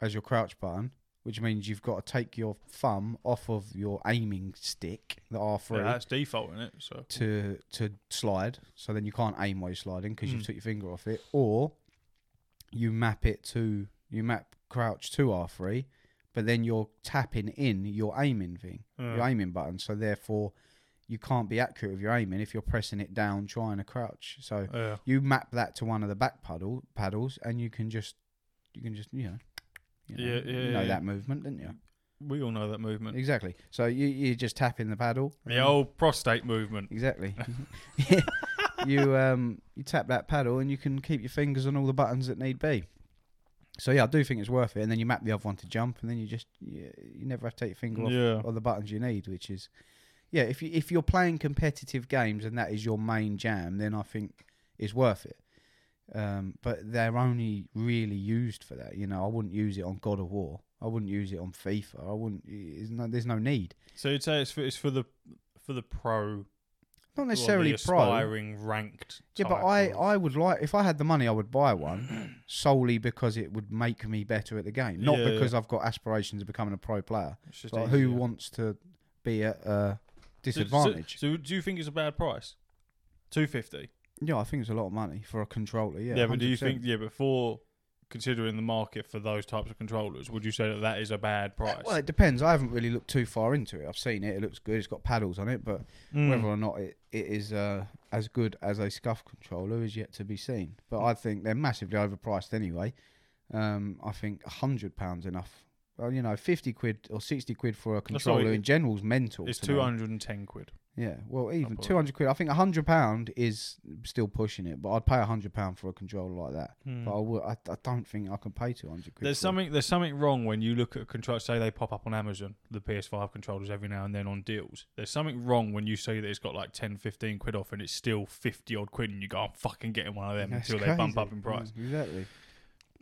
A: as your crouch button, which means you've got to take your thumb off of your aiming stick, the R3,
B: yeah that's default in it. So
A: to to slide. So then you can't aim while you're sliding because you've
B: Mm.
A: took your finger off it. Or you map it to you map crouch to R3, but then you're tapping in your aiming thing, your
B: yeah.
A: aiming button. So therefore, you can't be accurate with your aiming if you're pressing it down trying to crouch. So
B: yeah.
A: you map that to one of the back paddle paddles and you can just you can just you know you know,
B: Yeah, yeah,
A: you know
B: yeah.
A: that movement didn't you
B: We all know that movement.
A: exactly so you you just tap in the paddle
B: The old prostate movement.
A: exactly you um you tap that paddle and you can keep your fingers on all the buttons that need be so yeah i do think it's worth it and then you map the other one to jump and then you just you, you never have to take your finger off
B: Yeah.
A: or the buttons you need, which is yeah, if you if you're playing competitive games and that is your main jam, then I think it's worth it. Um, but they're only really used for that. You know, I wouldn't use it on God of War. I wouldn't use it on FIFA. I wouldn't. There's no, there's no need.
B: So you'd say it's for, it's for the for the pro,
A: Not
B: or
A: necessarily
B: the
A: pro.
B: aspiring ranked.
A: Yeah, but
B: type
A: I,
B: of-
A: I would like if I had the money, I would buy one solely because it would make me better at the game, not
B: Yeah, yeah.
A: because I've got aspirations of becoming a pro player.
B: it's just
A: Like, who
B: easier.
A: wants to be at a
B: So- so-
A: disadvantage?
B: So, do you think it's a bad price? Two fifty.
A: Yeah, I think it's a lot of money for a controller. Yeah,
B: Yeah, but do you
A: 100%.
B: think yeah before considering the market for those types of controllers, would you say that that is a bad price?
A: Well, it depends. I haven't really looked too far into it. I've seen it; it looks good. It's got paddles on it, but
B: Mm.
A: whether or not it, it is uh, as good as a scuff controller is yet to be seen. But I think they're massively overpriced anyway. Um, I think hundred pounds enough. Well, you know, fifty quid or sixty quid for a
B: what
A: controller
B: it-
A: in general is mental.
B: it's
A: to
B: two
A: me.
B: hundred and ten quid.
A: Yeah, well, even
B: probably.
A: two hundred quid. I think hundred pound is still pushing it, but I'd pay hundred pound for a controller like that. But I, would, I, I don't think I can pay two hundred quid.
B: Hmm. There's
A: for it.
B: something there's something wrong when you look at a control. Say they pop up on Amazon, the PS5 controllers every now and then on deals. There's something wrong when you see that it's got like 10, 15 quid off, and it's still fifty odd quid, and you go, "I'm fucking getting one of them
A: That's
B: until they
A: crazy.
B: bump
A: Hmm.
B: up in price."
A: Yeah, exactly.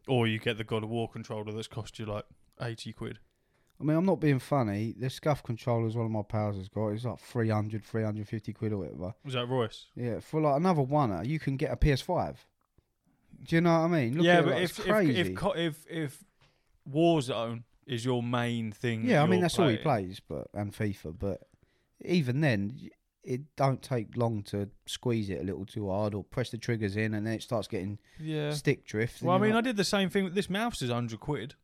B: Or you get the God of War controller that's cost you like eighty quid.
A: I mean, I'm not being funny. The scuff controllers one of my pals has got. It's like 300, 350 quid or whatever.
B: Was that Royce?
A: Yeah, for like another one, uh, you can get a PS5. Do you know what I mean? at
B: yeah,
A: it
B: but
A: like
B: if,
A: it's crazy.
B: if if co- if if Warzone is your main thing, that
A: yeah, I mean
B: you're
A: that's all he
B: playing,
A: plays, but and FIFA. But even then, y- it don't take long to squeeze it a little too hard or press the triggers in, and then it starts getting
B: Yeah.
A: stick drift. and
B: Well, I
A: you're
B: mean, I
A: like, mm.
B: did the same thing. with This mouse is hundred quid,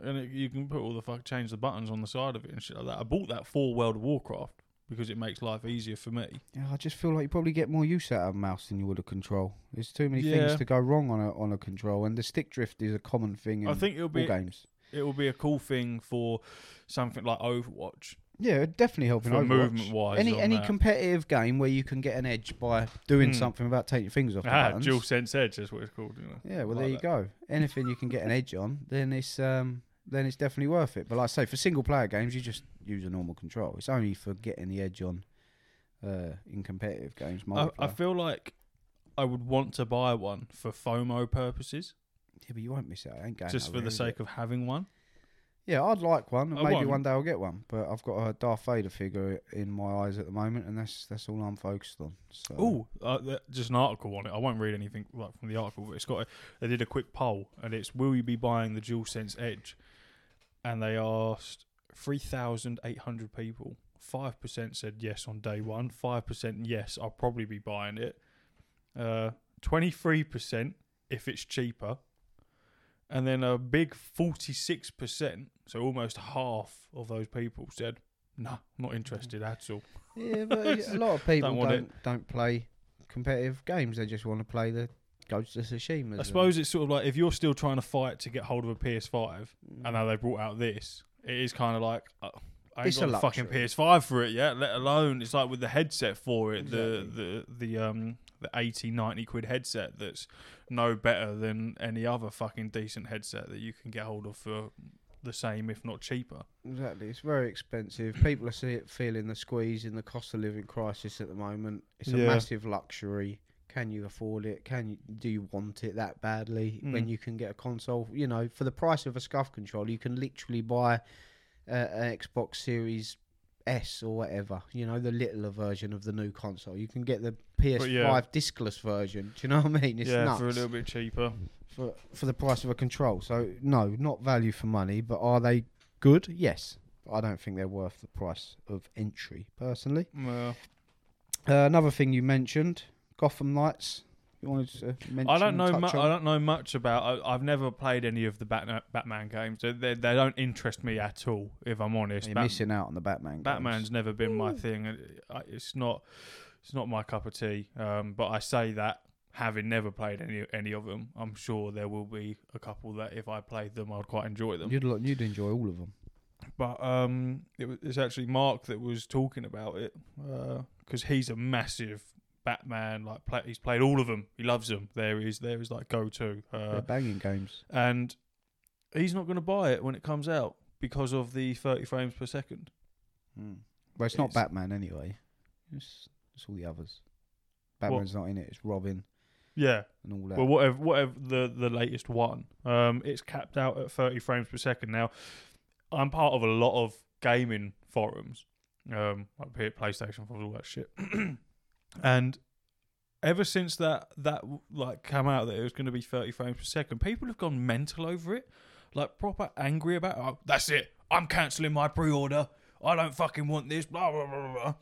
B: and it, you can put all the fuck change the buttons on the side of it and shit like that. I bought that for World of Warcraft because it makes life easier for me.
A: yeah, I just feel like you probably get more use out of a mouse than you would a control. There's too many
B: Yeah.
A: things to go wrong on a on a control, and the stick drift is a common thing in
B: I think it'll
A: all
B: be
A: games.
B: it will be a cool thing for something like Overwatch.
A: Yeah, it'd definitely helping
B: For
A: Overwatch.
B: movement-wise
A: Any
B: on
A: any
B: that.
A: competitive game where you can get an edge by doing
B: Hmm.
A: something without taking your fingers off the
B: Ah,
A: buttons.
B: dual sense edge is what it's called. You know.
A: Yeah, well
B: Like
A: there you
B: that.
A: go. Anything you can get an edge on, then it's um then it's definitely worth it. But like I say, for single player games, you just use a normal control. It's only for getting the edge on uh, in competitive games.
B: I,
A: Multiplayer.
B: I feel like I would want to buy one for FOMO purposes,
A: yeah, but you won't miss out. It ain't going
B: just for
A: nowhere,
B: the
A: is it?
B: sake of having one.
A: Yeah, I'd like one.
B: I
A: Maybe
B: won't.
A: one day I'll get one. But I've got a Darth Vader figure in my eyes at the moment, and that's that's all I'm focused on. So.
B: Oh, uh, th- just an article on it. I won't read anything like from the article, but it's got. A, they did a quick poll, and it's will you be buying the DualSense Edge? And they asked three thousand eight hundred people. Five percent said yes on day one. Five percent yes, I'll probably be buying it. Uh, Twenty-three percent if it's cheaper, and then a big forty-six percent. So almost half of those people said no, not interested at all.
A: Yeah, but a lot of people
B: Don't
A: don't
B: want
A: don't, play competitive games. They just want to play the Ghost of Tsushima.
B: I suppose it's sort of like if you're still trying to fight to get hold of a PS5,
A: Mm.
B: and now they brought out this, it is kind of like uh, I ain't
A: It's
B: got
A: a
B: a fucking
A: luxury.
B: PS5 for it yet. Let alone it's like with the headset for it, the
A: Exactly.
B: the the um the 80, 90 quid headset that's no better than any other fucking decent headset that you can get hold of for the same, if not cheaper.
A: exactly. It's very expensive. People are see feeling the squeeze in the cost of living crisis at the moment. It's a
B: Yeah.
A: massive luxury. Can you afford it? Can you do you want it that badly? When
B: Mm.
A: you can get a console, you know, for the price of a scuff controller, you can literally buy uh, an Xbox Series S or whatever. You know, the littler version of the new console. You can get the PS5 discless version. Do you know what I mean? It's
B: yeah,
A: nuts.
B: for a little bit cheaper.
A: for for the price of a control. So no, not value for money, but are they good? Yes. I don't think they're worth the price of entry personally.
B: Well,
A: Uh, another thing you mentioned, Gotham Knights. You wanted to mention?
B: I don't
A: and
B: know.
A: touch
B: Mu-
A: on?
B: I don't know much about. I, I've never played any of the Batman, Batman games. They, they they don't interest me at all. If I'm honest,
A: You're
B: Bat-
A: missing out on the Batman. games.
B: Batman's never been my thing. It- I- It's not. It's not my cup of tea. Um, but I say that having never played any any of them, I'm sure there will be a couple that if I played them, I'd quite enjoy them.
A: You'd lo- you'd enjoy all of them.
B: But um, it was, it's actually Mark that was talking about it because he's a massive Batman. Like play, he's played all of them. He loves them. There is there is like go to. Uh,
A: They're banging games.
B: and he's not going to buy it when it comes out because of the 30 frames per second.
A: Well, it's, not
B: it's-
A: Batman anyway. It's it's all the others.
B: Well-
A: Batman's not in it. It's Robin
B: Yeah.
A: and all that.
B: Well, whatever, whatever the the latest one, um, it's capped out at 30 frames per second. Now, I'm part of a lot of gaming forums, um, like P- PlayStation forums, all that shit, and ever since that that like came out that it was going to be 30 frames per second, people have gone mental over it, like proper angry about. Oh, that's it. I'm cancelling my pre-order. I don't fucking want this. Blah blah blah blah. blah.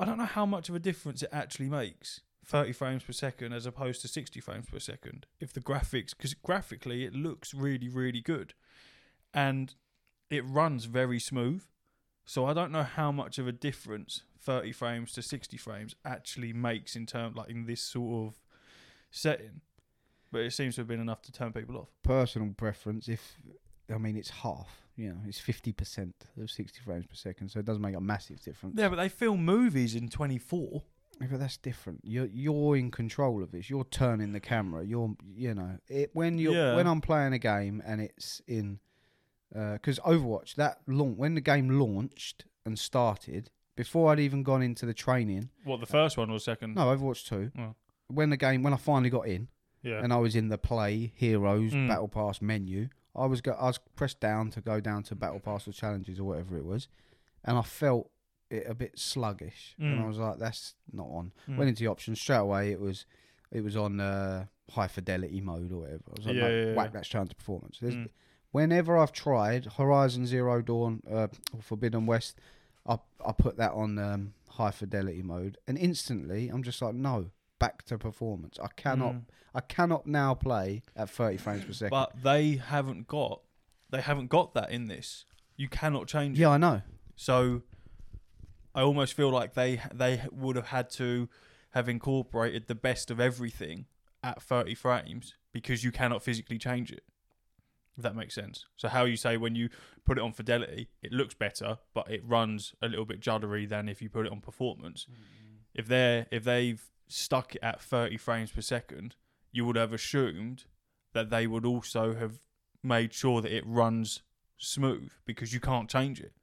B: I don't know how much of a difference it actually makes. 30 frames per second as opposed to 60 frames per second. If the graphics, because graphically it looks really, really good and it runs very smooth. So I don't know how much of a difference 30 frames to 60 frames actually makes in term like in this sort of setting. But it seems to have been enough to turn people off.
A: personal preference if I mean it's half, you know, it's fifty percent of sixty frames per second, so it doesn't make a massive difference.
B: Yeah, but they film movies in 24.
A: Yeah, But that's different. You're you're in control of this. You're turning the camera. You're you know it when you
B: Yeah.
A: are when I'm playing a game and it's in because Overwatch that launch when the game launched and started before I'd even gone into the training.
B: What, the first one or second?
A: No, Overwatch two.
B: Oh.
A: When the game when I finally got in
B: Yeah.
A: and I was in the play heroes
B: Mm.
A: battle pass menu. I was go- I was pressed down to go down to battle pass or challenges or whatever it was, and I felt it a bit sluggish, and
B: Mm.
A: I was like, that's not on.
B: Mm.
A: Went into the options straight away. It was it was on uh, high fidelity mode or whatever. I was like,
B: Yeah,
A: no,
B: yeah, yeah.
A: whack that's chance to performance. There's-
B: Mm.
A: Whenever I've tried Horizon Zero Dawn, uh, Forbidden West, I I put that on um, high fidelity mode, and instantly I'm just like, no, back to performance. I cannot
B: Mm.
A: I cannot now play at 30 frames per second.
B: But they haven't got they haven't got that in this. You cannot change
A: yeah,
B: it.
A: I know.
B: So I almost feel like they they would have had to have incorporated the best of everything at 30 frames because you cannot physically change it. If that makes sense. So how you say when you put it on fidelity, it looks better, but it runs a little bit juddery than if you put it on performance. If they're if they've stuck it at 30 frames per second, you would have assumed that they would also have made sure that it runs smooth because you can't change it.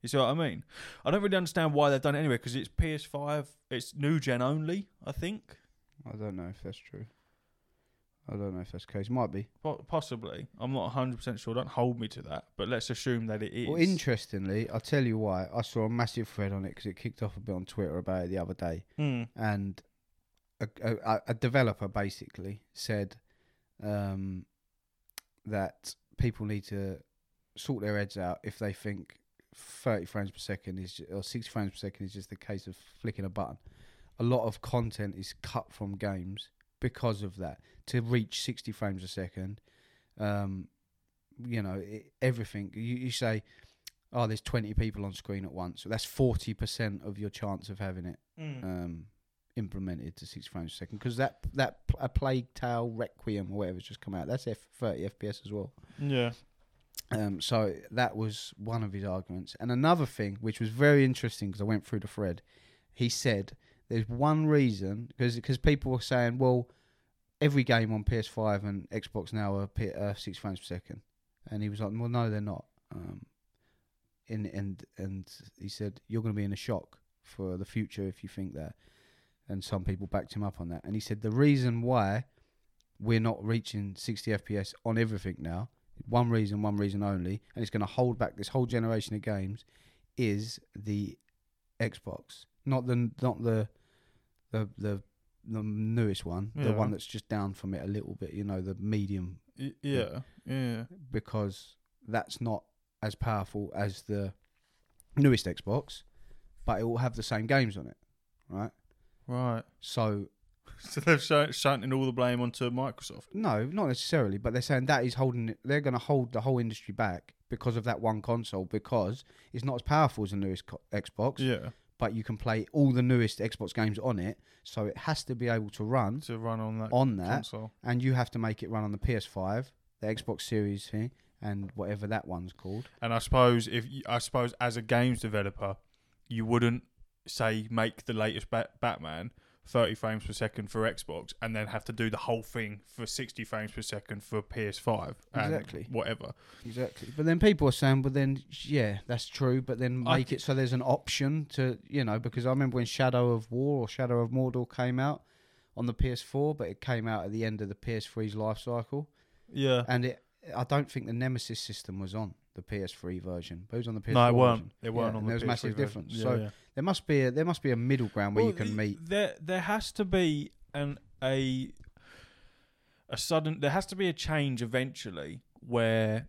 B: You see what I mean? I don't really understand why they've done it anyway because it's PS5, it's new gen only, I think,
A: I don't know if that's true. I don't know if that's the case. Might be.
B: Po- possibly. I'm not 100% sure. Don't hold me to that, but let's assume that it is.
A: Well, interestingly, I'll tell you why. I saw a massive thread on it because it kicked off a bit on Twitter about it the other day.
B: Hmm.
A: And a, a, a- a developer basically said um, that people need to sort their heads out if they think 30 frames per second is ju- or 60 frames per second is just a case of flicking a button. A lot of content is cut from games because of that to reach 60 frames a second. Um, you know, it, everything you, you say, oh, there's 20 people on screen at once. So that's 40% of your chance of having it
B: Hmm.
A: um, implemented to 60 frames a second because that that p- a Plague Tale Requiem or whatever's just come out. That's F- 30 FPS as well.
B: Yeah.
A: Um, so that was one of his arguments. And another thing, which was very interesting because I went through the thread, he said there's one reason because people were saying, well, every game on PS5 and Xbox now are P- uh, six frames per second, and he was like, well, no, they're not. Um, and and and he said you're going to be in a shock for the future if you think that. And some people backed him up on that. And he said the reason why we're not reaching 60 FPS on everything now one reason, one reason only, and it's going to hold back this whole generation of games, is the Xbox, not the not the the the, the newest one, the
B: Yeah.
A: one that's just down from it a little bit. You know, the medium,
B: Y- yeah. Yeah.
A: because that's not as powerful as the newest Xbox, but it will have the same games on it, right?
B: Right.
A: So
B: So they've sh- shunting all the blame onto Microsoft.
A: No, not necessarily, but they're saying that is holding it. They're going to hold the whole industry back because of that one console because it's not as powerful as the newest co- Xbox,
B: Yeah.
A: but you can play all the newest Xbox games on it, so it has to be able to run
B: To run on that
A: on that,
B: console.
A: and you have to make it run on the PS5, the Xbox Series thing, and whatever that one's called.
B: And I suppose if you, I suppose as a games developer, you wouldn't say make the latest Bat- Batman 30 frames per second for Xbox and then have to do the whole thing for 60 frames per second for PS5 and
A: Exactly.
B: whatever.
A: Exactly, but then people are saying, "Well, then, yeah, that's true." But then
B: I
A: make it so there's an option to, you know, because I remember when Shadow of War or Shadow of Mordor came out on the PS4, but it came out at the end of the PS3's life cycle,
B: Yeah.
A: and it, I don't think the Nemesis system was on the PS3 version. But it was on the PS4
B: No, it weren't.
A: version.
B: It weren't
A: Yeah,
B: on
A: and
B: the
A: there was
B: PS3
A: massive
B: version.
A: difference.
B: Yeah,
A: so
B: yeah.
A: there must be a, there must be a middle ground where you
B: Well,
A: can
B: y-
A: meet.
B: There, there has to be an a a sudden. There has to be a change eventually where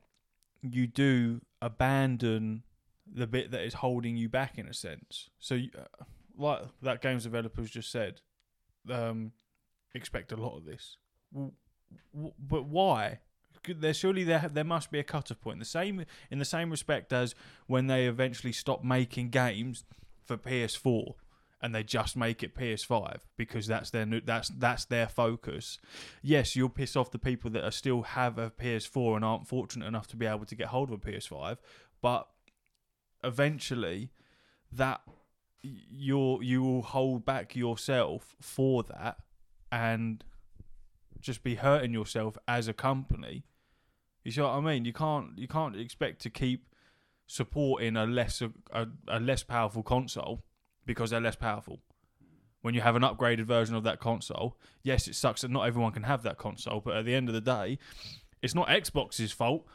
B: you do abandon the bit that is holding you back in a sense. So, you, uh, like that games developers just said, um, expect a lot of this. W- w- but why? Could- There surely there there must be a cutoff point. The same in the same respect as when they eventually stop making games for PS4 and they just make it PS5 because that's their new, that's that's their focus. Yes, you'll piss off the people that are still have a PS4 and aren't fortunate enough to be able to get hold of a PS5, but eventually that you you will hold back yourself for that and just be hurting yourself as a company. You see what I mean? You can't you can't expect to keep supporting a less a, a less powerful console because they're less powerful. When you have an upgraded version of that console, yes, it sucks that not everyone can have that console, but at the end of the day, It's not Xbox's fault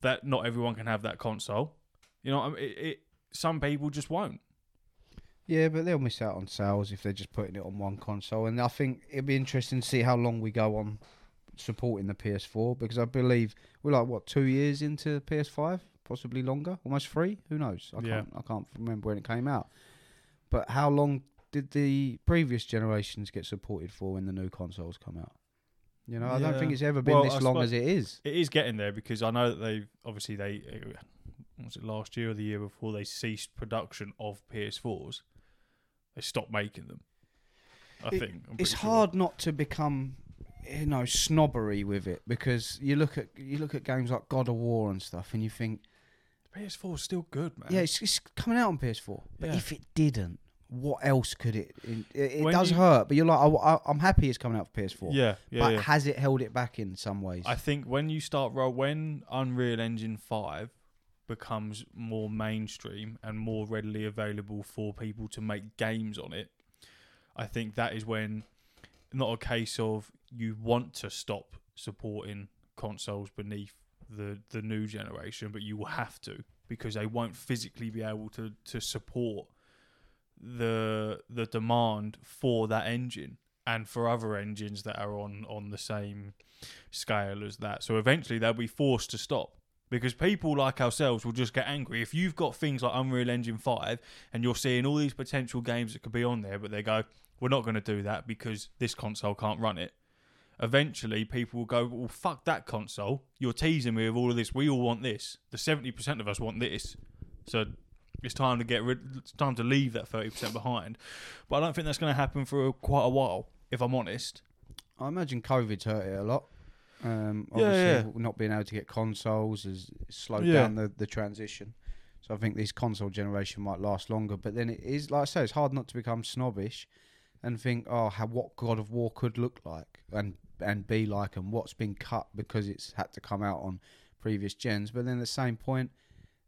B: that not everyone can have that console. You know, what I mean? it, it some people just won't.
A: Yeah, but they'll miss out on sales if they're just putting it on one console. And I think it'd be interesting to see how long we go on supporting the PS4 because I believe we're like what two years into PS5, possibly longer, almost three. Who knows? I
B: Yeah.
A: can't I can't remember when it came out. But how long did the previous generations get supported for when the new consoles come out? You know, I don't
B: Yeah.
A: think it's ever been
B: Well,
A: this
B: I
A: long
B: suppose-
A: as it is.
B: It is getting there because I know that they obviously they was it last year or the year before they ceased production of PS4s. They stopped making them. I
A: It-
B: think I'm pretty
A: it's
B: sure.
A: hard not to become you know snobbery with it because you look at you look at games like God of War and stuff and you think
B: PS4 is still good, man.
A: yeah it's, it's coming out on PS4 but
B: Yeah.
A: if it didn't what else could it it, it
B: When
A: does
B: you-
A: hurt but you're like I, I, I'm happy it's coming out for PS4
B: yeah, yeah.
A: but
B: yeah.
A: has it held it back in some ways
B: I think when you start roll, when Unreal Engine Five becomes more mainstream and more readily available for people to make games on it, I think that is when not a case of you want to stop supporting consoles beneath the the new generation, but you will have to because they won't physically be able to to support the the demand for that engine and for other engines that are on on the same scale as that. So eventually they'll be forced to stop because people like ourselves will just get angry. If you've got things like Unreal Engine 5 and you're seeing all these potential games that could be on there, but they go, we're not going to do that because this console can't run it. Eventually, people will go, well, fuck that console. You're teasing me with all of this. We all want this. The 70% of us want this. So it's time to get rid, it's time to leave that 30% behind. But I don't think that's going to happen for quite a while, if I'm honest.
A: I imagine COVID's hurt it a lot. Um,
B: Yeah,
A: obviously,
B: yeah.
A: w- not being able to get consoles has slowed
B: Yeah.
A: down the, the transition. So I think this console generation might last longer. But then it is, like I say, it's hard not to become snobbish and think, oh, how, what God of War could look like and and be like, and what's been cut because it's had to come out on previous gens. But then at the same point,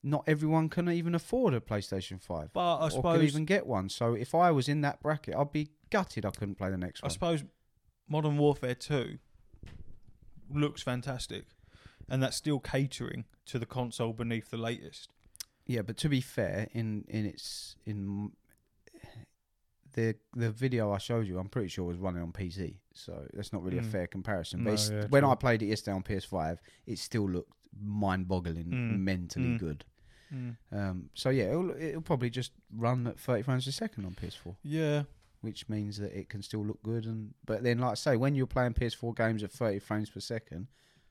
A: not everyone can even afford a PlayStation Five
B: But I
A: or
B: suppose.
A: could even get one. So if I was in that bracket, I'd be gutted I couldn't play the next
B: I
A: one.
B: suppose Modern Warfare 2 looks fantastic, and that's still catering to the console beneath the latest.
A: Yeah, but to be fair, in in its in the the video I showed you, I'm pretty sure was running on PC, so that's not really a
B: Mm.
A: fair comparison. But
B: No,
A: it's,
B: yeah,
A: when
B: true.
A: I played it yesterday on PS5, it still looked mind-boggling,
B: Mm.
A: mentally
B: Mm.
A: good. Um, so yeah, it'll, it'll probably just run at 30 frames a second on PS4,
B: Yeah,
A: which means that it can still look good. And but then, like I say, when you're playing PS4 games at 30 frames per second,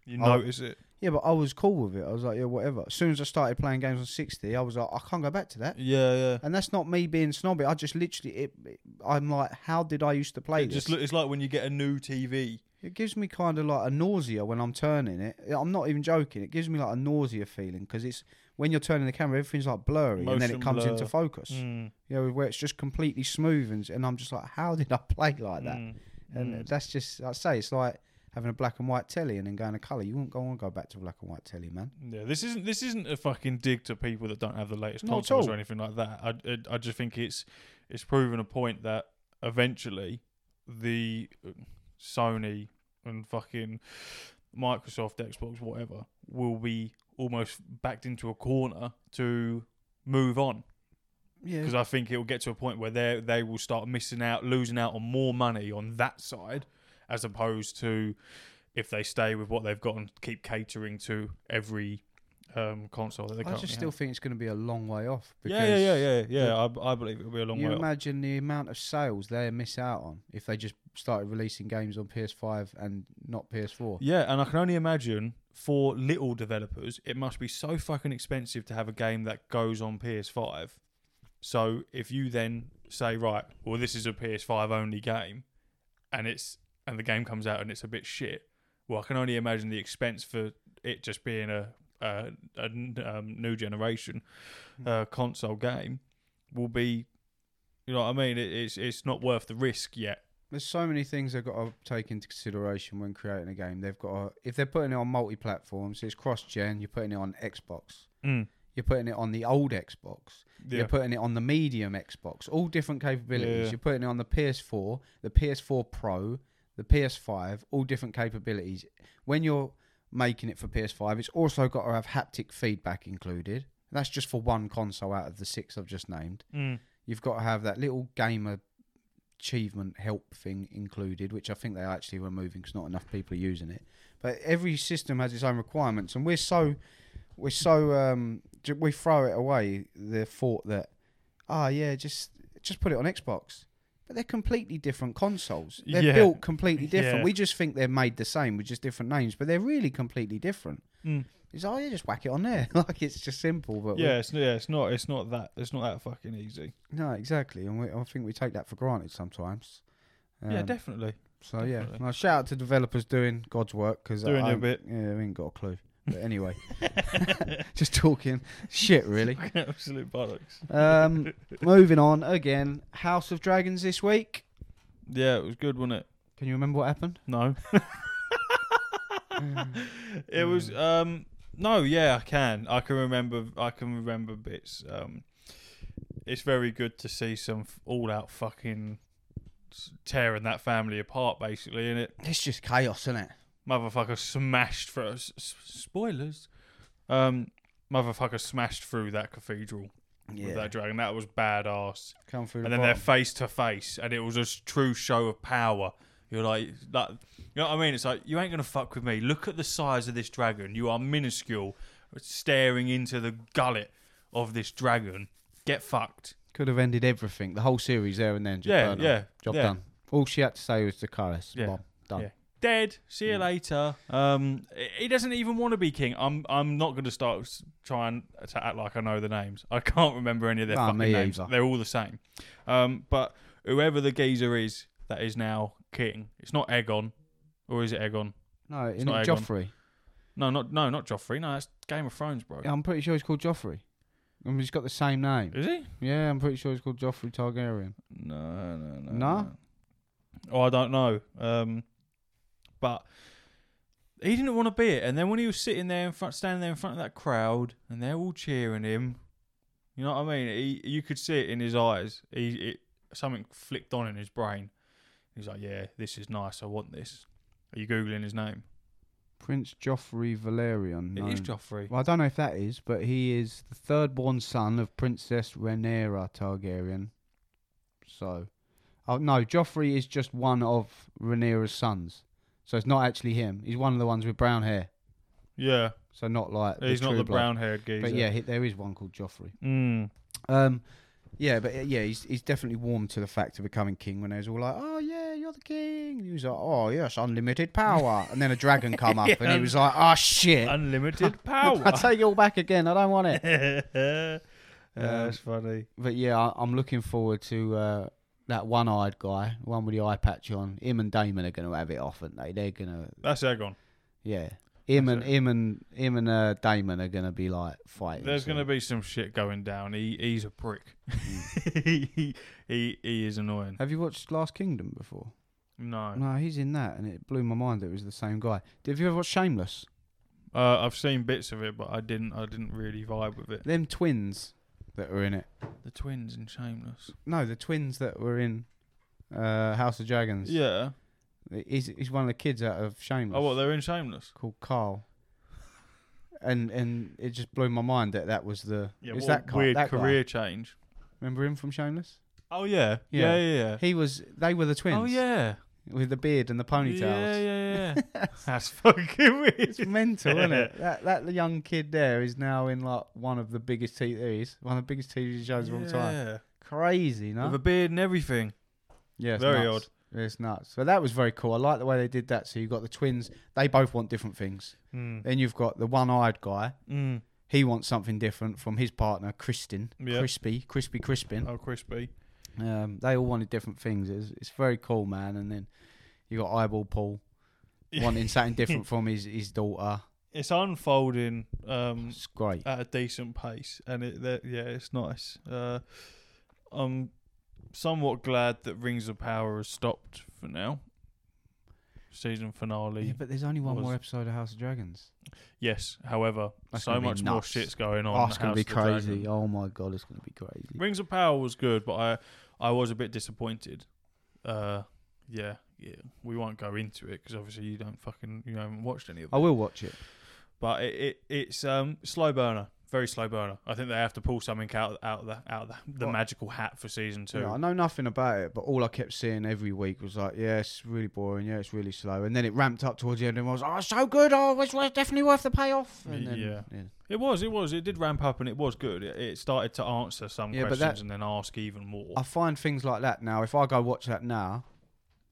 B: you
A: Oh.
B: notice it.
A: yeah, but I was cool with it. I was like, yeah, whatever. As soon as I started playing games on 60, I was like, I can't go back to that.
B: Yeah, yeah.
A: And that's not me being snobby. I just literally, it, it- I'm like, how did I used to play
B: It
A: this?
B: just look, it's like when you get a new TV.
A: it gives me kind of like a nausea when I'm turning it. I'm not even joking. It gives me like a nausea feeling because it's when you're turning the camera, everything's like blurry, and then
B: Motion
A: it comes
B: blur. Mm.
A: into focus. You know, where it's just completely smooth, and, and I'm just like, how did I play like that?
B: Mm.
A: And
B: Mm.
A: that's just, I say, it's like having a black and white telly and then going to color. You wouldn't go on go back to black and white telly, man.
B: Yeah, this isn't this isn't a fucking dig to people that don't have the latest
A: Not at
B: consoles or
A: all.
B: anything like that. I, I I just think it's it's proven a point that eventually the uh, Sony and fucking Microsoft, Xbox, whatever, will be almost backed into a corner to move on
A: Yeah,
B: because I think it will get to a point where they they will start missing out, losing out on more money on that side, as opposed to if they stay with what they've got and keep catering to every um, console that they
A: I
B: currently
A: just still
B: have.
A: think it's going to be a long way off. Because
B: yeah, yeah, yeah, yeah, yeah. I, I believe it'll be a long
A: you
B: way. off.
A: imagine the amount of sales they miss out on if they just started releasing games on PS5 and not PS4.
B: Yeah, and I can only imagine for little developers, it must be so fucking expensive to have a game that goes on PS5. So if you then say, right, well, this is a PS5 only game, and it's and the game comes out and it's a bit shit, well, I can only imagine the expense for it just being a a, a um, new generation uh, console game will be, you know what I mean? It, it's it's not worth the risk yet.
A: There's so many things they've got to take into consideration when creating a game. They've got to, if they're putting it on multi-platforms, it's cross-gen. You're putting it on Xbox.
B: Mm.
A: You're putting it on the old Xbox.
B: Yeah.
A: You're putting it on the medium Xbox. All different capabilities.
B: Yeah.
A: You're putting it on the PS4, the PS4 Pro, the PS5. All different capabilities. When you're making it for PS5. It's also got to have haptic feedback included. That's just for one console out of the six I've just named.
B: Mm.
A: You've got to have that little gamer achievement help thing included, which I think they are actually removing because not enough people are using it. But every system has its own requirements, and we're so we're so um, j- we throw it away the thought that ah yeah just just put it on Xbox. But they're completely different consoles. They're
B: Yeah.
A: built completely different.
B: Yeah.
A: We just think they're made the same with just different names, but they're really completely different.
B: Mm.
A: It's oh yeah, just whack it on there. like it's just simple. But we-
B: Yeah, it's, yeah, it's not, it's not that, it's not that fucking easy.
A: no, exactly. And we, I think we take that for granted sometimes.
B: yeah,
A: Um,
B: definitely.
A: So yeah,
B: Definitely.
A: no, shout out to developers doing God's work because
B: Doing
A: I,
B: their
A: ain't-
B: bit.
A: Yeah, we ain't got a clue. But anyway, just talking shit really.
B: Absolute bollocks.
A: Um, moving on again, House of Dragons this week.
B: Yeah, it was good, wasn't it?
A: Can you remember what happened?
B: No. it was um no, yeah, I can. I can remember I can remember bits. Um it's very good to see some all out fucking s- tearing that family apart basically, and it
A: It's just chaos, isn't it?
B: motherfucker smashed through s- s- spoilers. Um motherfucker smashed through that cathedral with
A: Yeah,
B: that dragon. That was badass
A: come through.
B: and
A: the
B: then they're
A: bottom.
B: face to face, and it was a s- true show of power. You're like, like, you know what I mean? It's like you ain't gonna fuck with me. Look at the size of this dragon. You are minuscule, staring into the gullet of this dragon. Get fucked.
A: could have ended everything, the whole series there and then. Just
B: yeah,
A: burn
B: yeah,
A: off. job
B: yeah.
A: done. All she had to say was to Karis.
B: Yeah.
A: Bomb. Done.
B: Yeah. Dead. See you
A: Yeah.
B: later. Um, he doesn't even want to be king. I'm. I'm not gonna start s- trying to act like I know the names. I can't remember any of their
A: Nah,
B: fucking
A: me
B: names.
A: either.
B: They're all the same. Um, but whoever the geezer is that is now king, it's not Egon, or is it Egon?
A: No, isn't
B: not
A: it
B: Aegon.
A: Joffrey?
B: No, not no, not Joffrey. No, that's Game of Thrones, bro.
A: Yeah, I'm pretty sure he's called Joffrey. I mean, he's got the same name.
B: Is he?
A: Yeah, I'm pretty sure he's called Joffrey Targaryen.
B: No, no, no.
A: Nah?
B: no. Oh, I don't know. Um, but he didn't want to be it. And then when he was sitting there in front, standing there in front of that crowd, and they're all cheering him. You know what I mean? He, you could see it in his eyes. He, it, something flicked on in his brain. He's like, "Yeah, this is nice. I want this." Are you googling his name?
A: Prince Joffrey Valerian.
B: It is
A: known-
B: Joffrey.
A: Well, I don't know if that is, but he is the third born son of Princess Rhaenyra Targaryen. So, oh no, Joffrey is just one of Rhaenyra's sons. So it's not actually him. He's one of the ones with brown hair.
B: Yeah,
A: So not like
B: he's not
A: true
B: the
A: blood.
B: brown-haired geezer.
A: But yeah, he- there is one called Joffrey.
B: Mm.
A: Um, yeah, but uh, yeah, he's he's definitely warmed to the fact of becoming king when they was all like, "Oh yeah, you're the king." And he was like, "Oh yes, unlimited power." And then a dragon come up, and he was like, "Oh shit,
B: Unlimited power.
A: I take it all back again. I don't want it."
B: yeah,
A: that's
B: funny.
A: But yeah, I, I'm looking forward to uh, that one-eyed guy, the one with the eye patch on. Him and Damon are going to have it off, aren't they? They're going to,
B: That's Egon.
A: yeah. Him and
B: That's it.
A: him and him and uh, Damon are going to be like fighting.
B: There's
A: so-
B: going to be some shit going down. He he's a prick.
A: Mm.
B: he, he he is annoying.
A: Have you watched Last Kingdom before?
B: No,
A: No, he's in that, and it blew my mind that it was the same guy. Have you ever watched Shameless?
B: uh, I've seen bits of it, but I didn't I didn't really vibe with it.
A: Them twins that were in it.
B: The twins in Shameless.
A: No, the twins that were in uh, House of Dragons.
B: Yeah.
A: he's, he's one of the kids out of Shameless.
B: Oh, what they're in Shameless.
A: called Carl. And and it just blew my mind that that was the
B: Yeah,
A: it's
B: what
A: that
B: a
A: Carl,
B: weird
A: that guy.
B: career change.
A: Remember him from Shameless?
B: Oh yeah,
A: Yeah.
B: yeah, yeah. yeah,
A: He was they were the twins.
B: Oh yeah,
A: with the beard and the ponytails.
B: Yeah, yeah, yeah. That's fucking
A: It's
B: weird.
A: mental, isn't it? That that young kid there is now in like one of the biggest TV series, one of the biggest TV shows of all time.
B: Yeah.
A: Crazy, no?
B: With a beard and everything.
A: Yeah, it's
B: Very
A: nuts. odd. It's nuts. So that was very cool. I like the way they did that. So you've got the twins, they both want different things.
B: Mm.
A: Then you've got the one eyed guy,
B: Mm.
A: he wants something different from his partner, Kristen.
B: Yeah.
A: Crispy, Crispy Crispin.
B: Oh, crispy.
A: Um, they all wanted different things. It's, it's very cool, man. And then you got Eyeball Paul wanting something different from his, his daughter.
B: it's unfolding um,
A: It's great.
B: at a decent pace, and it that, yeah, it's nice. Uh, I'm somewhat glad that Rings of Power has stopped for now. Season finale,
A: Yeah, but there's only one
B: was-
A: more episode of House of Dragons.
B: yes. However,
A: That's
B: so
A: gonna be
B: much more
A: nuts.
B: shit's going on.
A: Oh, it's going
B: House
A: to be
B: of the Dragon.
A: crazy. Oh, my God, it's going to be crazy.
B: Rings of Power was good, but I I was a bit disappointed. Uh, Yeah, yeah. We won't go into it because obviously you don't fucking you haven't watched any of it.
A: I will watch it.
B: But it, it it's um slow burner, very slow burner. I think they have to pull something out out of the out of the, the
A: Well-
B: magical hat for season two.
A: You know, I know nothing about it, but all I kept seeing every week was like, yeah, it's really boring. Yeah, it's really slow. And then it ramped up towards the end, and I was like, oh, it's so good. Oh, it's worth, definitely worth the payoff. And then,
B: Yeah.
A: yeah.
B: It was, it was, it did ramp up and it was good. It, it started to answer some
A: Yeah, but
B: questions
A: that-
B: and then ask even more.
A: I find things like that now. If I go watch that now,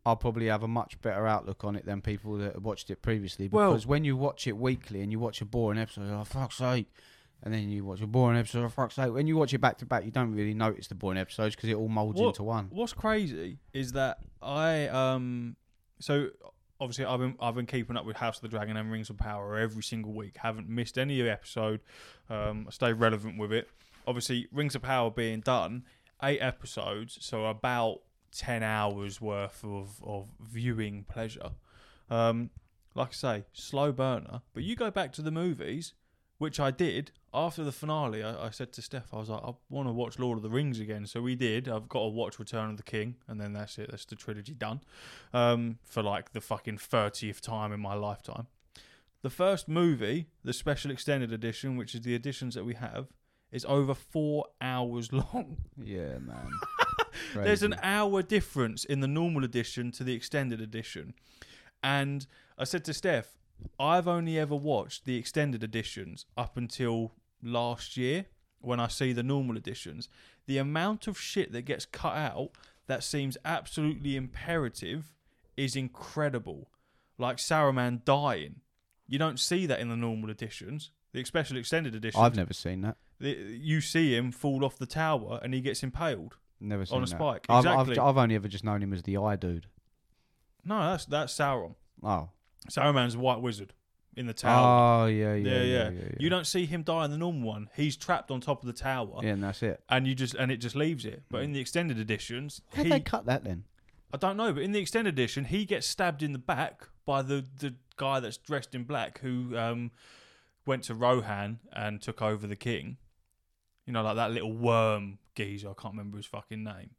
A: I'll probably have a much better outlook on it than people that watched it previously.
B: Well-
A: Because when you watch it weekly and you watch a boring episode, oh fuck's sake, and then you watch a boring episode, oh fuck's sake. When you watch it back to back, you don't really notice the boring episodes because it all molds
B: What-
A: into one.
B: What's crazy is that I um so obviously I've been I've been keeping up with House of the Dragon and Rings of Power every single week. Haven't missed any episode. Um, I stay relevant with it. Obviously, Rings of Power being done eight episodes, so about ten hours worth of of viewing pleasure. Um, like I say, slow burner. But you go back to the movies, which I did after the finale. I, I said to Steph, I was like, I want to watch Lord of the Rings again. So we did. I've got to watch Return of the King, and then that's it. That's the trilogy done um, for like the fucking thirtieth time in my lifetime. The first movie, the special extended edition, which is the editions that we have, is over four hours long.
A: Yeah, man.
B: There's an hour difference in the normal edition to the extended edition. And I said to Steph, I've only ever watched the extended editions up until last year when I see the normal editions. The amount of shit that gets cut out that seems absolutely imperative is incredible. Like Saruman dying. You don't see that in the normal editions. The special extended edition,
A: I've never seen that.
B: the- you see him fall off the tower and he gets impaled.
A: Never seen
B: a
A: that.
B: spike,
A: I've,
B: exactly.
A: I've, I've only ever just known him as the eye dude.
B: No, that's that's Sauron.
A: Oh.
B: Saruman's the White Wizard in the tower.
A: Oh yeah, yeah, yeah, yeah. yeah,
B: You don't see him die in the normal one. He's trapped on top of the tower,
A: Yeah, and that's it.
B: and you just and it just leaves it. But in the extended editions,
A: How
B: he,
A: would they cut that then?
B: I don't know, but in the extended edition, he gets stabbed in the back by the the guy that's dressed in black who um, went to Rohan and took over the king. You know, like that little worm geezer. I can't remember his fucking name,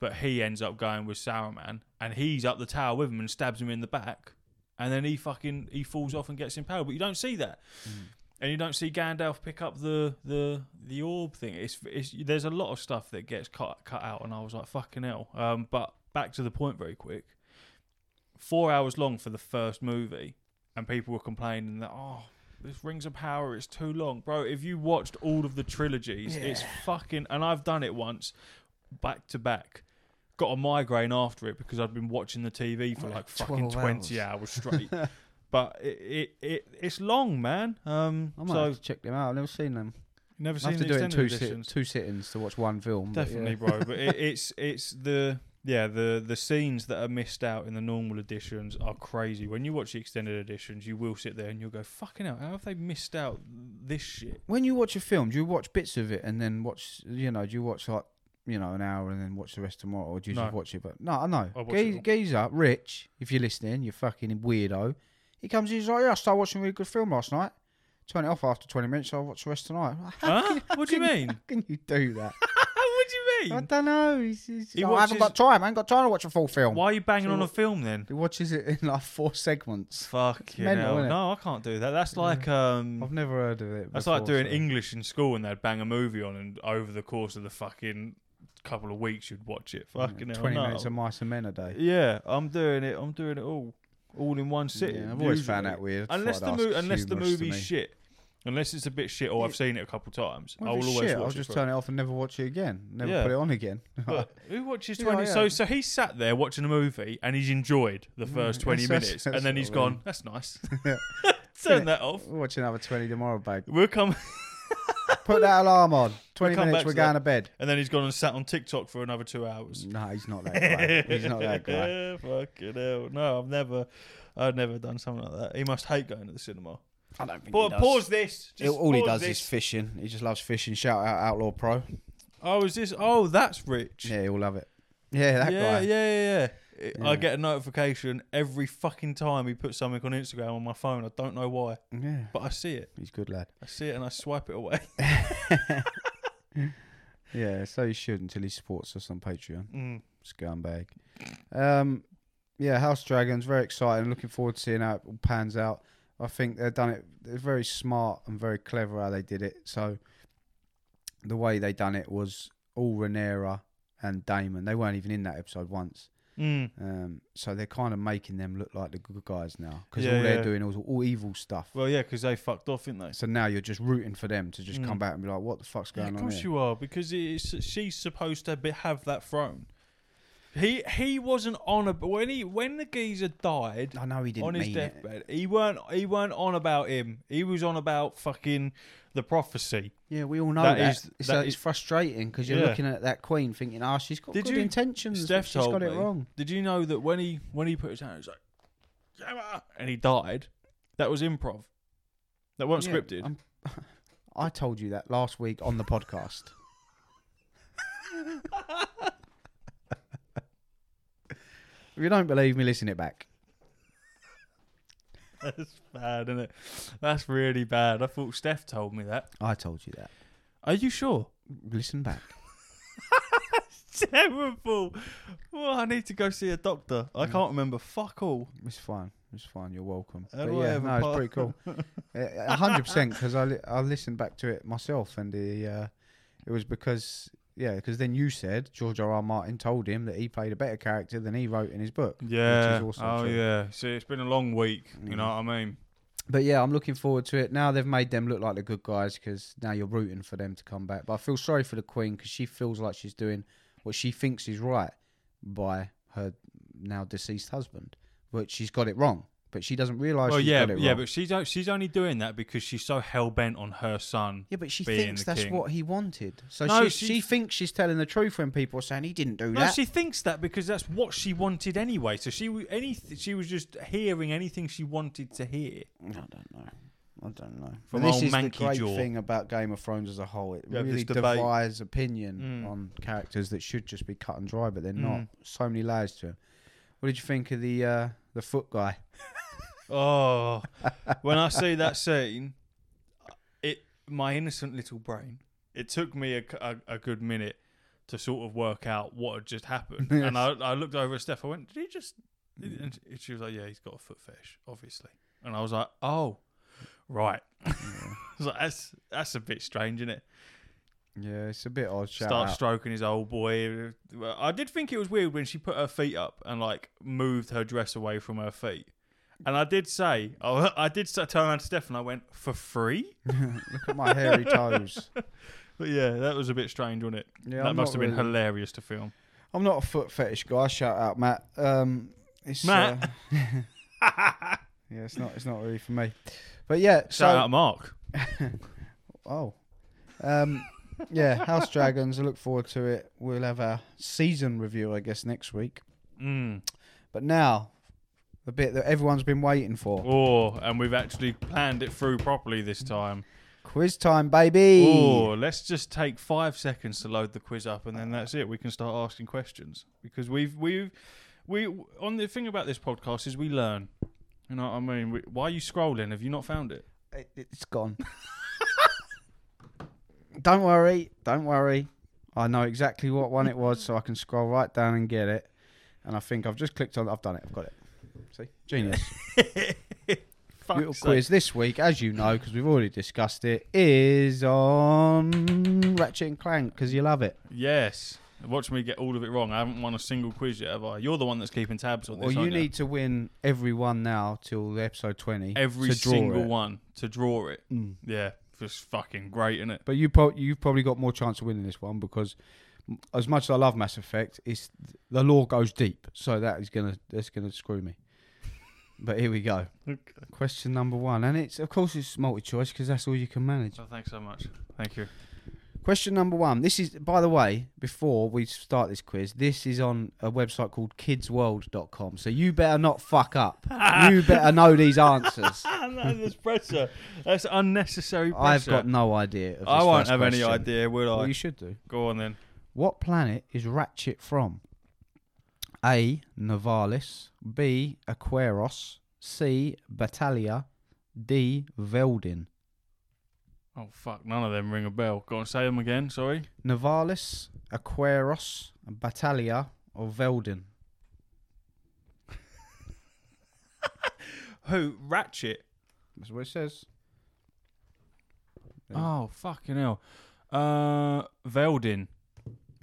B: but he ends up going with Saruman, and he's up the tower with him and stabs him in the back, and then he fucking he falls off and gets impaled. But you don't see that. And you don't see Gandalf pick up the the the orb thing. It's, it's there's a lot of stuff that gets cut cut out, and I was like, fucking hell. Um, but back to the point very quick. Four hours long for the first movie, and people were complaining that oh, this Rings of Power is too long, bro. If you watched all of the trilogies, it's fucking. And I've done it once, back to back. Got a migraine after it because I'd been watching the TV for like fucking
A: 12
B: twenty hours, straight. but it, it it it's long, man. Um,
A: I might
B: so
A: have to check them out. I've never seen them.
B: never
A: I
B: seen
A: have to
B: the
A: do it in
B: extended
A: two, sit-
B: editions.
A: two sittings to watch one film. but
B: Definitely, bro. But it, it's it's the yeah the the scenes that are missed out in the normal editions are crazy. When you watch the extended editions, you will sit there and you'll go, "Fucking hell, how have they missed out this shit?"
A: When you watch a film, do you watch bits of it and then watch? You know, do you watch like you know an hour and then watch the rest tomorrow, or do you just
B: No.
A: watch it? But no, I know.
B: I watch it
A: Gee-
B: all.
A: Geezer, Rich, if you're listening, you fucking weirdo. He comes in, he's like, "Yeah, I started watching a really good film last night. Turn it off after 20 minutes. I'll watch the rest tonight." How
B: Huh? What do you mean?
A: can you do that?
B: what do you
A: I
B: mean?
A: don't know. He's, he's,
B: He
A: "Oh, I haven't got
B: watches-
A: time. I ain't got time to watch a full film.
B: Why are you banging
A: So
B: on a
A: what-
B: film then?
A: He watches it in like four segments.
B: Fuck you
A: mental, innit?
B: No, I can't do that. That's like um.
A: I've never heard of it.
B: That's like
A: before,
B: doing
A: so-
B: English in school and they'd bang a movie on and over the course of the fucking couple of weeks you'd watch it. Fucking hell,
A: 20
B: no.
A: minutes of mice and men a day.
B: Yeah, I'm doing it. I'm doing it all, all in one sitting.
A: Yeah, I've always
B: usually.
A: found that weird.
B: Unless
A: Thought
B: the
A: I'd
B: mo-
A: ask
B: unless the
A: humorous to
B: movie's
A: me.
B: shit, unless it's a bit shit or I've seen it a couple times, I
A: Well,
B: will
A: if it's
B: always
A: shit,
B: watch
A: I'll
B: it.
A: just
B: through.
A: turn it off and never watch it again. Never
B: Yeah.
A: put it on again.
B: But who watches
A: Yeah,
B: twenty?
A: yeah.
B: So so he sat there watching a movie and he's enjoyed the first twenty
A: Mm, that's-
B: minutes
A: that's
B: and then
A: what
B: he's
A: I
B: gone.
A: mean.
B: That's nice.
A: Yeah.
B: turn that off.
A: We'll watch another 20 tomorrow, babe.
B: We'll come.
A: Put that alarm on. 20
B: come
A: minutes,
B: back
A: we're
B: to
A: going
B: that.
A: to bed.
B: And then he's gone and sat on TikTok for another two hours.
A: No, he's not that guy. he's not that guy.
B: Fucking hell. No, I've never, I've never done something like that. He must hate going to the cinema.
A: I don't think
B: Pa- pause this.
A: It-
B: Just
A: all he
B: pause
A: does
B: this.
A: is fishing. He just loves fishing. Shout out Outlaw Pro.
B: Oh, is this? Oh, that's rich.
A: Yeah, he'll love it. Yeah, that
B: yeah,
A: guy.
B: yeah, yeah, yeah. It- I
A: Yeah.
B: get a notification every fucking time he puts something on Instagram on my phone. I don't know why,
A: yeah.
B: but I see it.
A: He's a good lad.
B: I see it and I swipe it away.
A: Yeah, so he should until he supports us on Patreon.
B: Mm.
A: Scumbag. Um, yeah, House Dragons, very exciting. Looking forward to seeing how it all pans out. I think they've done it. It's very smart and very clever how they did it. So the way they done it was all Rhaenyra and Damon. They weren't even in that episode once.
B: Mm.
A: Um, so they're kind of making them look like the good guys now because
B: Yeah,
A: all they're
B: yeah.
A: doing is all evil stuff.
B: Well, yeah, because they fucked off, didn't they?
A: so now you're just rooting for them to just
B: Mm.
A: come back and be like, "What the fuck's
B: Yeah,
A: going
B: of
A: on?"
B: course
A: Here?
B: you are, because it's, she's supposed to be, have that throne. He he wasn't on a when he when the geezer died
A: I know he didn't
B: on his
A: mean it.
B: deathbed. He weren't he weren't on about him. He was on about fucking the prophecy.
A: Yeah, we all know
B: That
A: that.
B: is-
A: it's,
B: that
A: uh, it's
B: is-
A: frustrating because you're
B: Yeah.
A: looking at that queen thinking, "Ah, she's got
B: Did
A: good
B: you-
A: intentions, but
B: Steph
A: she's
B: told
A: got it
B: me.
A: wrong."
B: Did you know that when he when he put his hand, he was like, "Gemma," and he died. That was improv. That wasn't
A: Yeah,
B: scripted.
A: I'm- I told you that last week on the podcast. if you don't believe me, listen it back.
B: That's bad, isn't it? That's really bad. I thought Steph told me that.
A: I told you that.
B: Are you sure?
A: Listen back.
B: Terrible. Well, I need to go see a doctor. I can't remember fuck all.
A: It's fine. It's fine. You're welcome.
B: How
A: But
B: do I
A: yeah,
B: have a
A: no, it's
B: part-
A: pretty cool. Uh, A hundred percent. Because I li- I listened back to it myself, and the uh, it was because yeah, because then you said George R. R. Martin told him that he played a better character than he wrote in his book.
B: Yeah.
A: Which is also
B: oh
A: true.
B: yeah. See, it's been a long week. You
A: Mm.
B: know what I mean?
A: But yeah, I'm looking forward to it. Now they've made them look like the good guys because now you're rooting for them to come back. But I feel sorry for the queen because she feels like she's doing what she thinks is right by her now deceased husband, but she's got it wrong. But she doesn't realize. Oh,
B: well,
A: she's
B: yeah,
A: got it
B: yeah,
A: wrong.
B: but she's o- she's only doing that because she's so hell bent on her son.
A: Yeah, but she
B: being
A: thinks
B: the
A: that's
B: king.
A: what he wanted. So
B: No,
A: she,
B: she-
A: she thinks she's telling the truth when people are saying he didn't do
B: No,
A: that.
B: she thinks that because that's what she wanted anyway. So she w- any she was just hearing anything she wanted to hear.
A: I don't know. I don't know.
B: From
A: this
B: old
A: is
B: Mankey
A: the great
B: Jaw.
A: thing about Game of Thrones as a whole. It
B: You have
A: really
B: this debate.
A: divides opinion
B: Mm.
A: on characters that should just be cut and dry, but they're not.
B: Mm.
A: So many layers to them. What did you think of the uh, the foot guy?
B: Oh, when I see that scene, it my innocent little brain. It took me a, c- a- a good minute to sort of work out what had just happened,
A: Yes.
B: and I, I looked over at Steph. I went, "Did he just?" And she was like, "Yeah, he's got a foot fetish, obviously." And I was like, "Oh, right." I was like, "That's that's a bit strange, isn't it?"
A: Yeah, it's a bit odd. Shout
B: Start
A: out.
B: stroking his old boy. I did think it was weird when she put her feet up and like moved her dress away from her feet. And I did say, I, I did s- turn around to Steph and I went for free.
A: Look at my hairy toes.
B: But yeah, that was a bit strange, wasn't it?
A: Yeah,
B: that
A: I'm
B: must
A: not
B: have been
A: really-
B: hilarious to film.
A: I'm not a foot fetish guy. Shout out, Matt. Um, it's,
B: Matt.
A: uh, yeah, it's not. It's not really for me. But yeah, so
B: Shout out Mark.
A: Oh. Um, yeah, House Dragons. I look forward to it. We'll have a season review, I guess, next week.
B: Mm.
A: But now, the bit that everyone's been waiting for
B: Oh, and we've actually planned it through properly this time.
A: quiz time, baby.
B: Oh, let's just take five seconds to load the quiz up, and then that's it. We can start asking questions because we've we've we on the thing about this podcast is we learn. You know what I mean? We, why are you scrolling? Have you not found it?
A: It, it's gone. don't worry. Don't worry. I know exactly what one it was, so I can scroll right down and get it. And I think I've just clicked on I've done it. I've got it. See? Genius.
B: Fuck's
A: Little
B: sake.
A: quiz this week, as you know, because we've already discussed it, is on Ratchet and Clank because you love it.
B: Yes. Watch me get all of it wrong. I haven't won a single quiz yet, have I? You're the one that's keeping tabs on this.
A: Well, you
B: aren't
A: need to win every one now till episode twenty.
B: every
A: to draw
B: single
A: it.
B: one to draw it.
A: Mm.
B: Yeah, just fucking great, isn't it?
A: But you pro- you've probably got more chance of winning this one because, m- as much as I love Mass Effect, it's the law goes deep, so that is gonna that's gonna screw me. but here we go. Question number one, and it's of course it's multi choice because that's all you can manage.
B: So Oh, thanks so much. Thank you.
A: Question number one. This is, by the way, before we start this quiz, this is on a website called kidsworld.com. So you better not fuck up. you better know these answers.
B: no, Ah, there's pressure. That's unnecessary pressure.
A: I've got no idea. Of this
B: I won't
A: first
B: have any
A: question.
B: idea, will I?
A: Well, you should do.
B: Go on then.
A: What planet is Ratchet from? A. Novalis. B. Aqueros. C. Battalia. D. Veldin.
B: Oh fuck, none of them ring a bell. Go on, say them again. Sorry.
A: Novalis, Aqueros, Battalia, or Veldin?
B: Who? Ratchet.
A: That's what it says. Yeah.
B: Oh fucking hell. Uh, Veldin.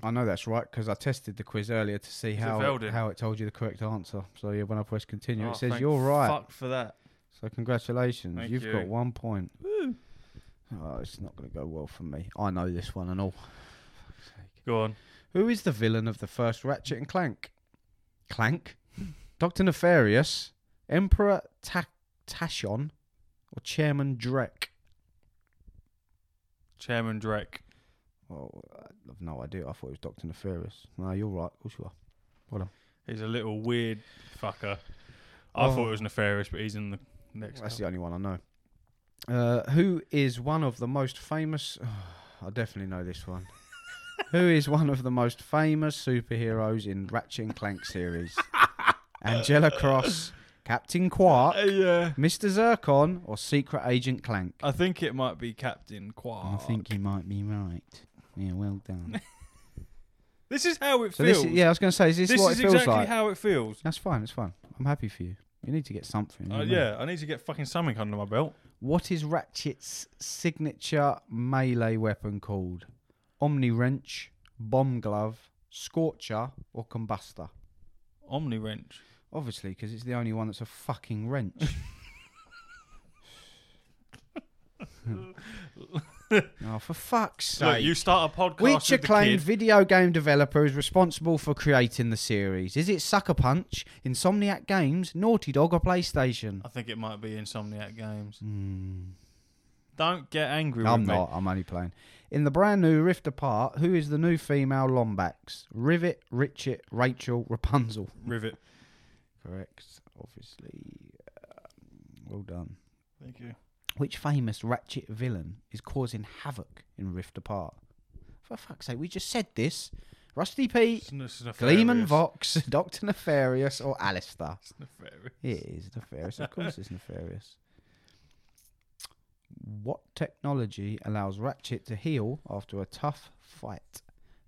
A: I know that's right because I tested the quiz earlier to see
B: it
A: how
B: Veldin?
A: how it told you the correct answer. So yeah, when I press continue,
B: Oh,
A: it says
B: thank
A: you're right.
B: Fuck for that.
A: So congratulations,
B: Thank
A: you've
B: you.
A: got one point. Oh, it's not going to go well for me. I know this one and all.
B: Go on.
A: Who is the villain of the first Ratchet and Clank? Clank, Doctor Nefarious, Emperor Ta- Tashon, or Chairman Drek?
B: Chairman Drake.
A: Oh, I've no idea. I thought it was Doctor Nefarious. No, you're right. Of course you are.
B: He's a little weird fucker. I
A: Oh.
B: thought it was nefarious, but he's in the next.
A: That's the
B: couple.
A: only one I know. Uh, who is one of the most famous? I definitely know this one. who is one of the most famous superheroes in Ratchet and Clank series? Angela Cross, Captain Quark,
B: Uh, yeah.
A: Mr. Zircon, or Secret Agent Clank?
B: I think it might be Captain
A: I
B: Quark.
A: think you might be right. Yeah, well done.
B: this is how it
A: so
B: feels.
A: this, is, yeah, I was going to say, is this,
B: this
A: what
B: is
A: it feels
B: exactly
A: like?
B: how it feels.
A: That's fine. It's fine. I'm happy for you. You need to get something.
B: Uh,
A: you know?
B: yeah, I need to get fucking something under my belt.
A: What is Ratchet's signature melee weapon called? Omni wrench, bomb glove, scorcher, or combustor?
B: Omni wrench.
A: Obviously, because it's the only one that's a fucking wrench. oh, for fuck's
B: Look,
A: sake.
B: you start a podcast
A: Which
B: with the
A: acclaimed
B: kid.
A: video game developer is responsible for creating the series? Is it Sucker Punch, Insomniac Games, Naughty Dog, or PlayStation?
B: I think it might be Insomniac Games.
A: Hmm.
B: Don't get angry
A: I'm
B: with
A: not. I'm only playing. In the brand new Rift Apart, who is the new female Lombax? Rivet, Richet, Rachel, Rapunzel.
B: me. Rivet.
A: Correct. Obviously. Um, well done.
B: Thank you.
A: Which famous Ratchet villain is causing havoc in Rift Apart? For fuck's sake, we just said this. Rusty Pete,
B: It's n- it's nefarious.
A: Gleeman Vox, Dr. Nefarious, or Alistair?
B: It's nefarious.
A: It is nefarious. Of course, it's nefarious. What technology allows Ratchet to heal after a tough fight?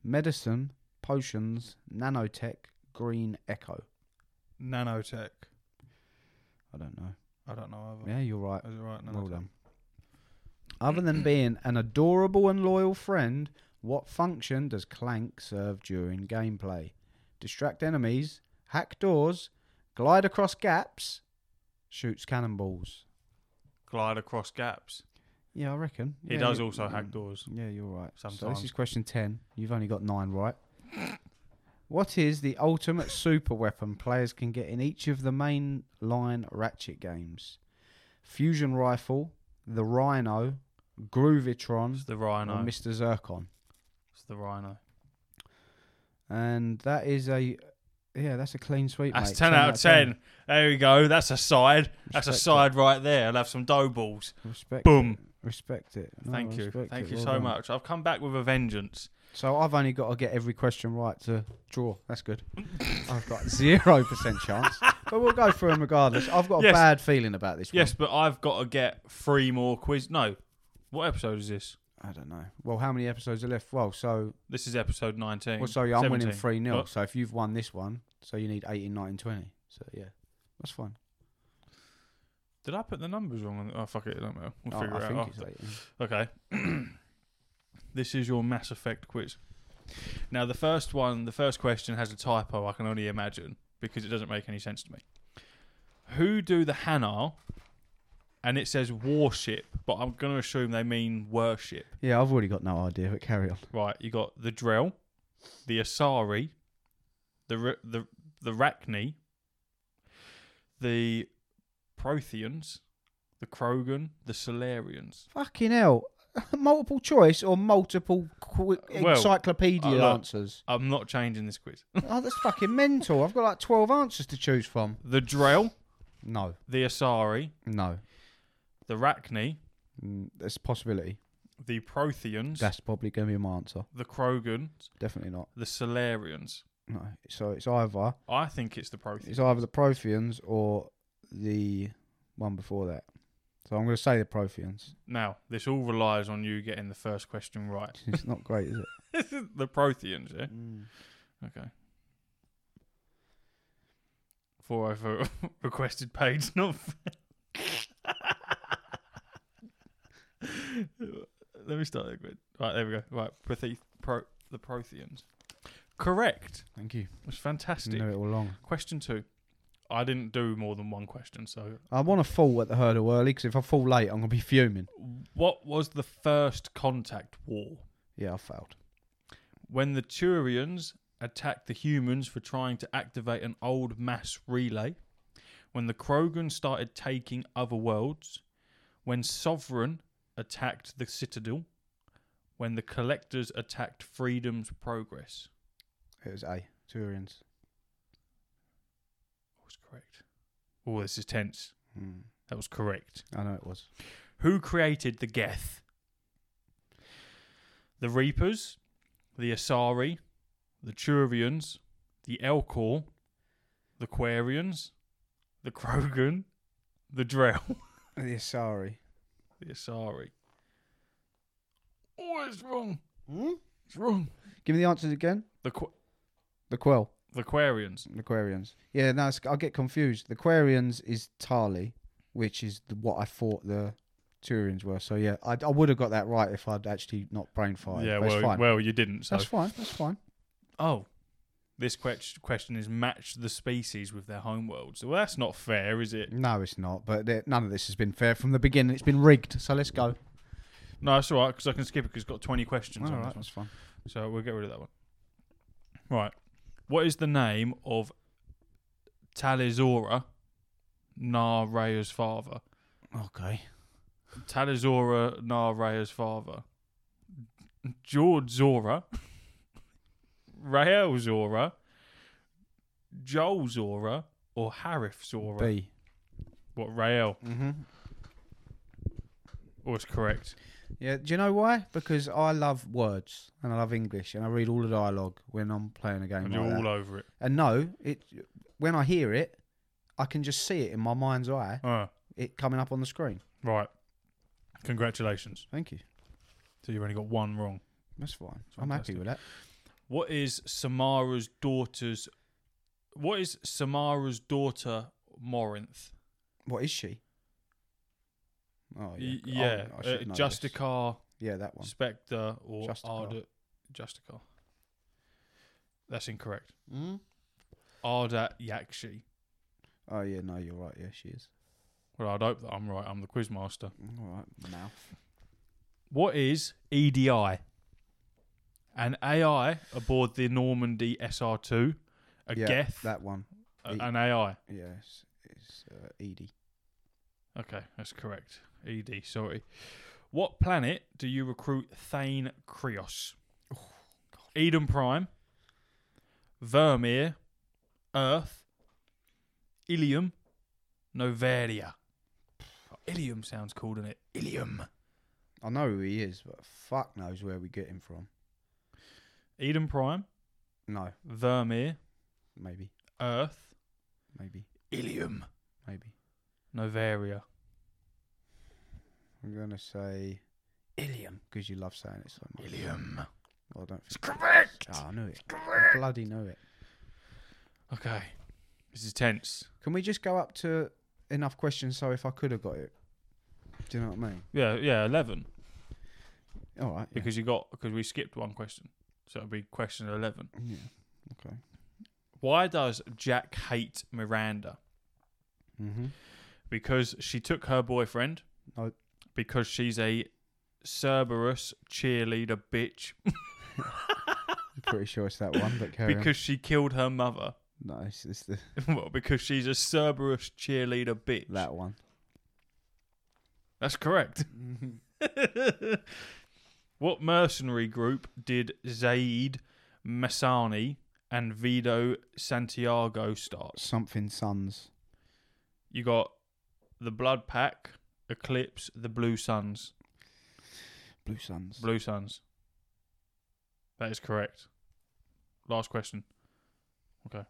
A: Medicine, potions, nanotech, green echo.
B: Nanotech.
A: I don't know.
B: I don't know either.
A: Yeah, you're right.
B: Is it right? Nanotech.
A: Well done. Other than being an adorable and loyal friend, what function does Clank serve during gameplay? Distract enemies, hack doors, glide across gaps, shoots cannonballs.
B: Glide across gaps.
A: Yeah, I reckon.
B: He
A: Yeah,
B: does
A: you-
B: also hack
A: mm,
B: doors.
A: Yeah, you're right. So this
B: Sometimes.
A: is question 10. You've only got nine right. what is the ultimate super weapon players can get in each of the main line Ratchet games? Fusion Rifle, the Rhino, Groovitron,
B: It's the
A: or
B: rhino.
A: Mr. Zircon.
B: It's the rhino.
A: And that is a. Yeah, that's a clean sweep.
B: That's
A: mate.
B: 10, out of 10. There we go. That's a side. That's a
A: Respect
B: side right there. I'll have some dough balls.
A: Respect
B: Boom.
A: it. Respect it. No,
B: Thank you.
A: respect
B: Thank
A: it.
B: you
A: Well
B: so
A: done.
B: much. I've come back with a vengeance.
A: So I've only got to get every question right to draw. That's good. I've got zero percent chance, but we'll go through them regardless. I've got a
B: Yes.
A: bad feeling about this.
B: Yes, but I've got to get three more quiz. No. What episode is
A: one.
B: this?
A: I don't know. Well, how many episodes are left? Well, so
B: This is episode 19.
A: well, so yeah, I'm winning
B: 17.
A: three 0
B: What?
A: So if you've won this one, so you need 18, 19, 20. So yeah, that's fine.
B: Did I put the numbers wrong? on- Oh, fuck it. I don't know. We'll
A: I-
B: figure
A: I,
B: it out.
A: think
B: after.
A: it's 18.
B: Okay. this is your Mass Effect quiz. Now, the first one, the first question has a typo, I can only imagine, because it doesn't make any sense to me. Who do the Hanar, and it says warship, but I'm going to assume they mean worship.
A: Yeah, I've already got no idea. But carry on.
B: Right, you got the Drell, the Asari, the R- the the Rachni, the Protheans, the Krogan, the Solarians.
A: Fucking hell! multiple choice or multiple qu-
B: Uh, Well, uh,
A: encyclopedia
B: I like-
A: answers?
B: I'm not changing this quiz.
A: oh, that's fucking mental. I've got like twelve answers to choose from.
B: The Drell,
A: No,
B: the Asari,
A: no.
B: the Rachni,
A: Mm, There's a possibility.
B: the Protheans,
A: That's probably going to be my answer.
B: the Krogans,
A: Definitely not.
B: the Solarians.
A: No. So it's either
B: I think it's the Protheans.
A: it's either the Protheans or the one before that. So I'm going to say the Protheans.
B: Now, this all relies on you getting the first question right.
A: It's not great, is it?
B: the Protheans, yeah? Okay. uh, 404 requested page, not Let me start again. Right, there we go. Right, Prothe- pro- the Protheans. Correct.
A: Thank you.
B: It was fantastic.
A: Knew it all along.
B: Question two. I didn't do more than one question, so
A: I want to fall at the hurdle early because if I fall late, I'm gonna be fuming.
B: what was the first contact war?
A: Yeah, I failed.
B: When the Turians attacked the humans for trying to activate an old mass relay, when the Krogan started taking other worlds, when Sovereign attacked the Citadel, when the Collectors attacked Freedom's Progress.
A: It was A. Turians.
B: That was correct. Oh, this is tense.
A: Mm.
B: That was correct.
A: I know it was.
B: Who created the Geth? The Reapers, the Asari, the Turians, the Elcor, the Quarians, the Krogan, the Drell,
A: The Asari.
B: the Asari. Oh, it's wrong. It's wrong.
A: Give me the answers again.
B: The Qu-
A: The Quell.
B: the Quarians.
A: The Quarians. Yeah, no, it's, I get confused. The Quarians is Tali, which is the, what I thought the Turians were. So yeah, I, I would have got that right if I'd actually not brain fired.
B: yeah,
A: That's
B: well,
A: fine.
B: well, you didn't. So,
A: That's fine. That's fine.
B: oh, this que- question is match the species with their homeworld. So, well, that's not fair, is it?
A: No, it's not. But there, none of this has been fair from the beginning. It's been rigged. So let's go.
B: No, it's all right because I can skip it because it's got twenty questions.
A: All
B: on
A: right,
B: this one.
A: that's fine.
B: So we'll get rid of that one. Right. What is the name of Talizora, Na Rea's father?
A: Okay.
B: Talizora, Na Rea's father. George Zora. Rael Zora. Joel Zora. Or Harif Zora.
A: B.
B: What, Rael?
A: Mm-hmm.
B: Oh, it's correct.
A: Yeah, do you know why? Because I love words and I love English and I read all the dialogue when I'm playing a game.
B: And
A: Like
B: you're
A: that.
B: all over it.
A: And no, it when I hear it, I can just see it in my mind's eye,
B: Ah,
A: it coming up on the screen.
B: right. Congratulations.
A: Thank you.
B: So you've only got one wrong.
A: That's fine. I'm happy
B: Fantastic.
A: with that.
B: What is Samara's daughter's? What is Samara's daughter Morinth?
A: What is she? Oh yeah,
B: Y- yeah,
A: I, I should
B: uh,
A: know this.
B: Justicar,
A: Yeah, that one.
B: Spectre, or
A: Justicar.
B: Arda. Justicar. That's incorrect.
A: Mm?
B: Arda Yakshi.
A: Oh yeah, no, you're right. Yeah, she is.
B: Well, I'd hope that I'm right. I'm the quizmaster.
A: All right, mouth.
B: What is EDI? An AI aboard the Normandy SR2, a
A: yeah,
B: Geth,
A: That one.
B: a-
A: E-
B: an AI.
A: Yes, it's uh, Edie.
B: Okay, that's correct. ED, sorry. What planet do you recruit Thane Krios? Eden Prime, Vermeer, Earth, Ilium, Novaria. Ilium sounds cool, doesn't it? Ilium.
A: I know who he is, but fuck knows where we get him from.
B: Eden Prime,
A: No,
B: Vermeer,
A: maybe,
B: Earth,
A: maybe,
B: Ilium,
A: maybe.
B: Novaria.
A: I'm gonna say Ilium because you love saying it so much.
B: Ilium.
A: Well, I don't.
B: It's
A: Think
B: correct.
A: Ah, I knew it. I
B: Correct.
A: bloody knew it.
B: Okay. This is tense.
A: Can we just go up to enough questions so if I could have got it? Do you know what I mean?
B: Yeah, yeah, 11.
A: All right. yeah.
B: because you got because we skipped one question, so it'll be question eleven.
A: Yeah.
B: Why does Jack hate Miranda?
A: Mm-hmm.
B: Because she took her boyfriend.
A: No.
B: Because she's a Cerberus cheerleader bitch.
A: I'm pretty sure it's that one, but carry on.
B: Because she killed her mother.
A: No, it's, it's the,
B: well, because she's a Cerberus cheerleader bitch.
A: that one.
B: That's correct. what mercenary group did Zaid Massani and Vito Santiago start?
A: Something Suns.
B: You got the Blood Pack, Eclipse, the Blue Suns.
A: Blue Suns.
B: Blue Suns. That is correct. Last question. Okay.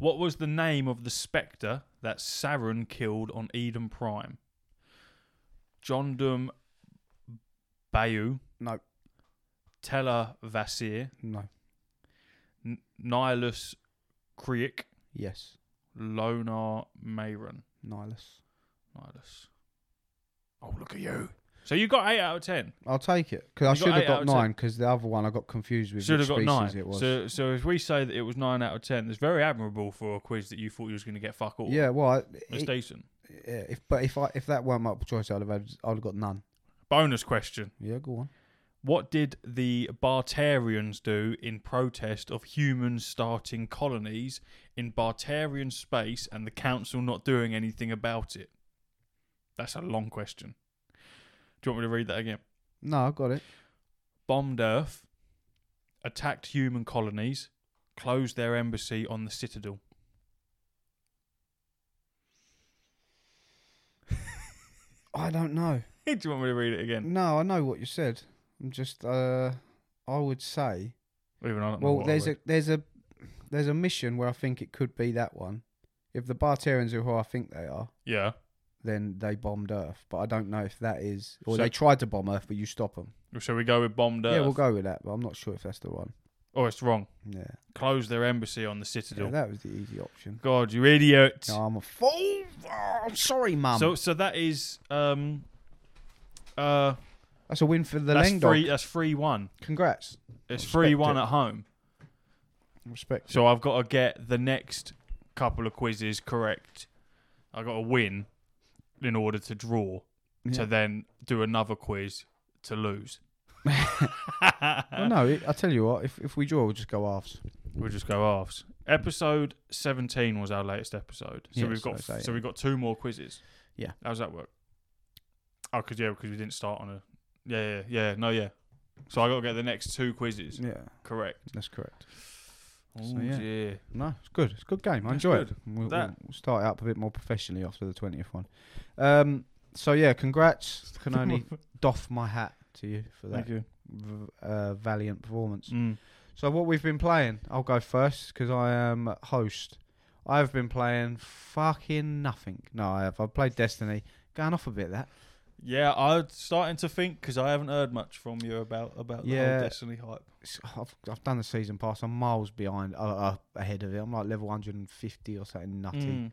B: What was the name of the spectre that Saren killed on Eden Prime? Jondum Bayou,
A: No,
B: Tela Vasir,
A: no.
B: N- Nihilus Creek,
A: Yes.
B: Lonar Mayron.
A: Nihilus.
B: Nihilus. Oh, look at you. So you got eight out of ten.
A: I'll take it because I
B: You got
A: should have
B: eight out
A: got
B: of ten.
A: nine because the other one I got confused with
B: Should
A: which
B: have got
A: species
B: nine.
A: it was.
B: So, so if we say that it was nine out of ten, that's very admirable for a quiz that you thought you was going to get fuck all.
A: yeah, well, I-
B: it's
A: it-
B: decent.
A: yeah, if but if I if that weren't multiple choice, I'd have had, I'd have got none.
B: Bonus question:
A: Yeah, go on.
B: What did the Bartarians do in protest of humans starting colonies in Bartarian space and the council not doing anything about it? That's a long question. Do you want me to read that again?
A: No, I got it.
B: bombed Earth, attacked human colonies, closed their embassy on the Citadel.
A: I don't know.
B: Do you want me to read it again?
A: No, I know what you said. I'm just uh, I would say.
B: Even I don't know
A: Well,
B: what I
A: there's
B: read.
A: a there's a there's a mission where I think it could be that one. If the Bartarians are who I think they are,
B: yeah.
A: then they bombed Earth. But I don't know if that is, or
B: So-
A: they tried to bomb Earth, but you stop them.
B: Shall we go with bombed Earth?
A: Yeah, we'll go with that. But I'm not sure if that's the one.
B: Oh, it's wrong.
A: Yeah,
B: Closed their embassy on the
A: Yeah,
B: Citadel.
A: that was the easy option.
B: God, you idiot!
A: No, I'm a fool. Oh, I'm sorry, mum.
B: so, so that is um, uh,
A: that's a win for the
B: that's
A: Langdon.
B: three. That's three one.
A: Congrats.
B: It's
A: Respect
B: three one
A: it.
B: at home.
A: Respect.
B: So I've got to get the next couple of quizzes correct. I got to win in order to draw.
A: Yeah.
B: to then do another quiz to lose.
A: Well, no, it, I tell you what. If if we draw, we'll just go halves.
B: We'll just go halves. Episode seventeen was our latest episode, so
A: Yes,
B: we've got
A: that's right,
B: so
A: yeah.
B: we've got two more quizzes.
A: Yeah.
B: how's that work? Oh, because yeah, because we didn't start on a yeah yeah yeah no yeah. So I got to get the next two quizzes
A: Yeah,
B: correct.
A: that's correct.
B: Oh
A: So, yeah.
B: dear.
A: No, it's good. It's a good game. I
B: That's
A: enjoy
B: good.
A: it. We'll,
B: That-
A: we'll start it up a bit more professionally after the twentieth one. Um. So yeah, congrats. Can only doff my hat to you for that
B: you.
A: v- uh, valiant performance.
B: Mm.
A: So what we've been playing? I'll go first because I am host. I've been playing fucking nothing. No, I have. I've played Destiny. Going off a bit that.
B: Yeah, I'm starting to think because I haven't heard much from you about about the
A: Yeah.
B: whole Destiny hype.
A: It's- I've, I've done the season pass. I'm miles behind, uh, uh, ahead of it. I'm like level 150 or something nutty.
B: Mm.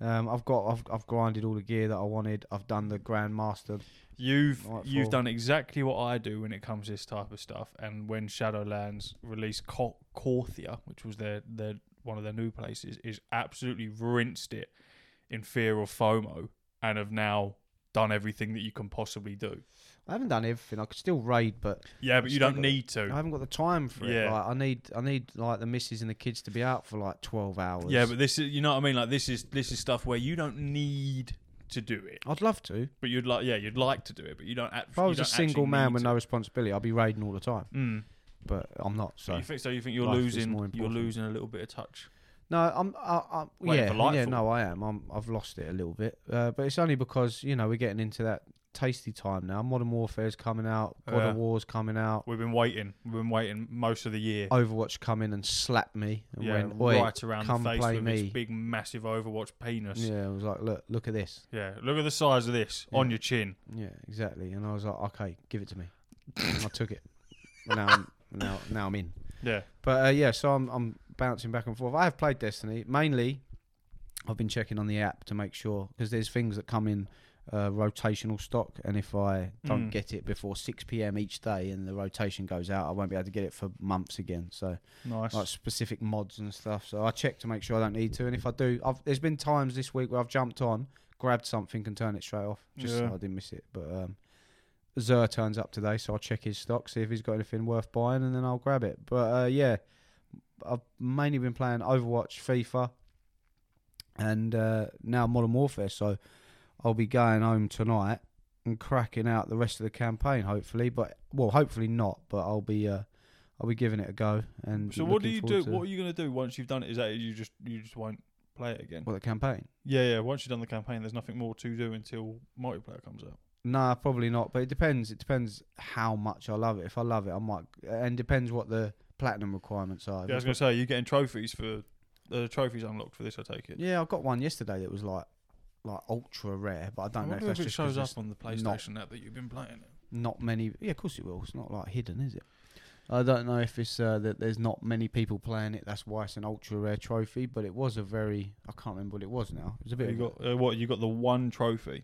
A: Um, I've got, I've, I've grinded all the gear that I wanted. I've done the Grandmaster.
B: You've
A: Nightfall.
B: you've done exactly what I do when it comes to this type of stuff. And when Shadowlands released Co- Corthia, which was their their one of their new places, is absolutely rinsed it in fear of FOMO and have now done everything that you can possibly do.
A: I haven't done everything. I could still raid, but
B: Yeah, but you
A: Still
B: don't
A: got-
B: need
A: I
B: to.
A: haven't got the time for it.
B: Yeah.
A: Like, I need, I need like the missus and the kids to be out for like 12 hours.
B: Yeah, but this is you know what I mean. Like this is this is stuff where you don't need to do it,
A: I'd love to.
B: but you'd like yeah you'd like to do it, but you don't. Act-
A: If I was a single man with no responsibility, I'd be raiding all the time.
B: Mm.
A: But I'm not.
B: So
A: So
B: you think so? You think you're
A: life is more
B: losing you're
A: important.
B: losing a little bit of touch?
A: no, I'm. I, I'm
B: Waiting
A: yeah,
B: for Lightfall.
A: yeah. No, I am. I'm. I've lost it a little bit. Uh, but it's only because you know we're getting into that tasty time now. Modern Warfare's coming out. God
B: Yeah.
A: of War's coming out.
B: We've been waiting. We've been waiting most of the year.
A: Overwatch come in and slap me and
B: yeah,
A: went, Oi.
B: right around
A: come
B: the face
A: play
B: with
A: me.
B: its big, massive Overwatch penis. Yeah.
A: Yeah, I was like, look, look at this.
B: look at the size of this on
A: Yeah.
B: your chin.
A: Yeah, exactly. And I was like, okay, give it to me. and I took it. And now, I'm, now, now I'm in.
B: Yeah,
A: But uh, yeah, so I'm, I'm bouncing back and forth. I have played Destiny mainly. I've been checking on the app to make sure because there's things that come in uh, rotational stock, and if I don't
B: Mm.
A: get it before 6 p.m. each day and the rotation goes out, I won't be able to get it for months again. So
B: nice.
A: like specific mods and stuff. So I check to make sure I don't need to, and if I do, I've, there's been times this week where I've jumped on, grabbed something, and turned it straight off just
B: Yeah.
A: so I didn't miss it. But um, Zer turns up today, so I'll check his stock, see if he's got anything worth buying, and then I'll grab it. But uh, yeah, I've mainly been playing Overwatch, FIFA, and uh, now Modern Warfare. So I'll be going home tonight and cracking out the rest of the campaign, hopefully. But well, hopefully not. But I'll be uh, I'll be giving it a go. And
B: so what do
A: looking
B: you do?
A: forward to-
B: What are you going to do once you've done it? Is that you just you just won't play it again?
A: What the campaign?
B: Yeah, yeah. Once you've done the campaign, there's nothing more to do until multiplayer comes out.
A: Nah, probably not. But it depends. It depends how much I love it. If I love it, I might. And depends what the platinum requirements are. If
B: Yeah, I was
A: it's
B: going to say you're getting trophies for the trophies unlocked for this. I take
A: got-
B: it.
A: yeah, I got one yesterday that was like like ultra rare, but I
B: I
A: don't know if
B: wonder
A: that's
B: if it
A: just 'cause
B: shows up
A: there's
B: on the
A: not-
B: PlayStation app that you've been playing it.
A: not many. Yeah, of course it will. It's not like hidden, is it? I don't know if it's uh, that there's not many people playing it. That's why it's an ultra rare trophy. But it was a very I can't remember what it was now. It was a bit.
B: You
A: of a-
B: got uh, what? You got the one trophy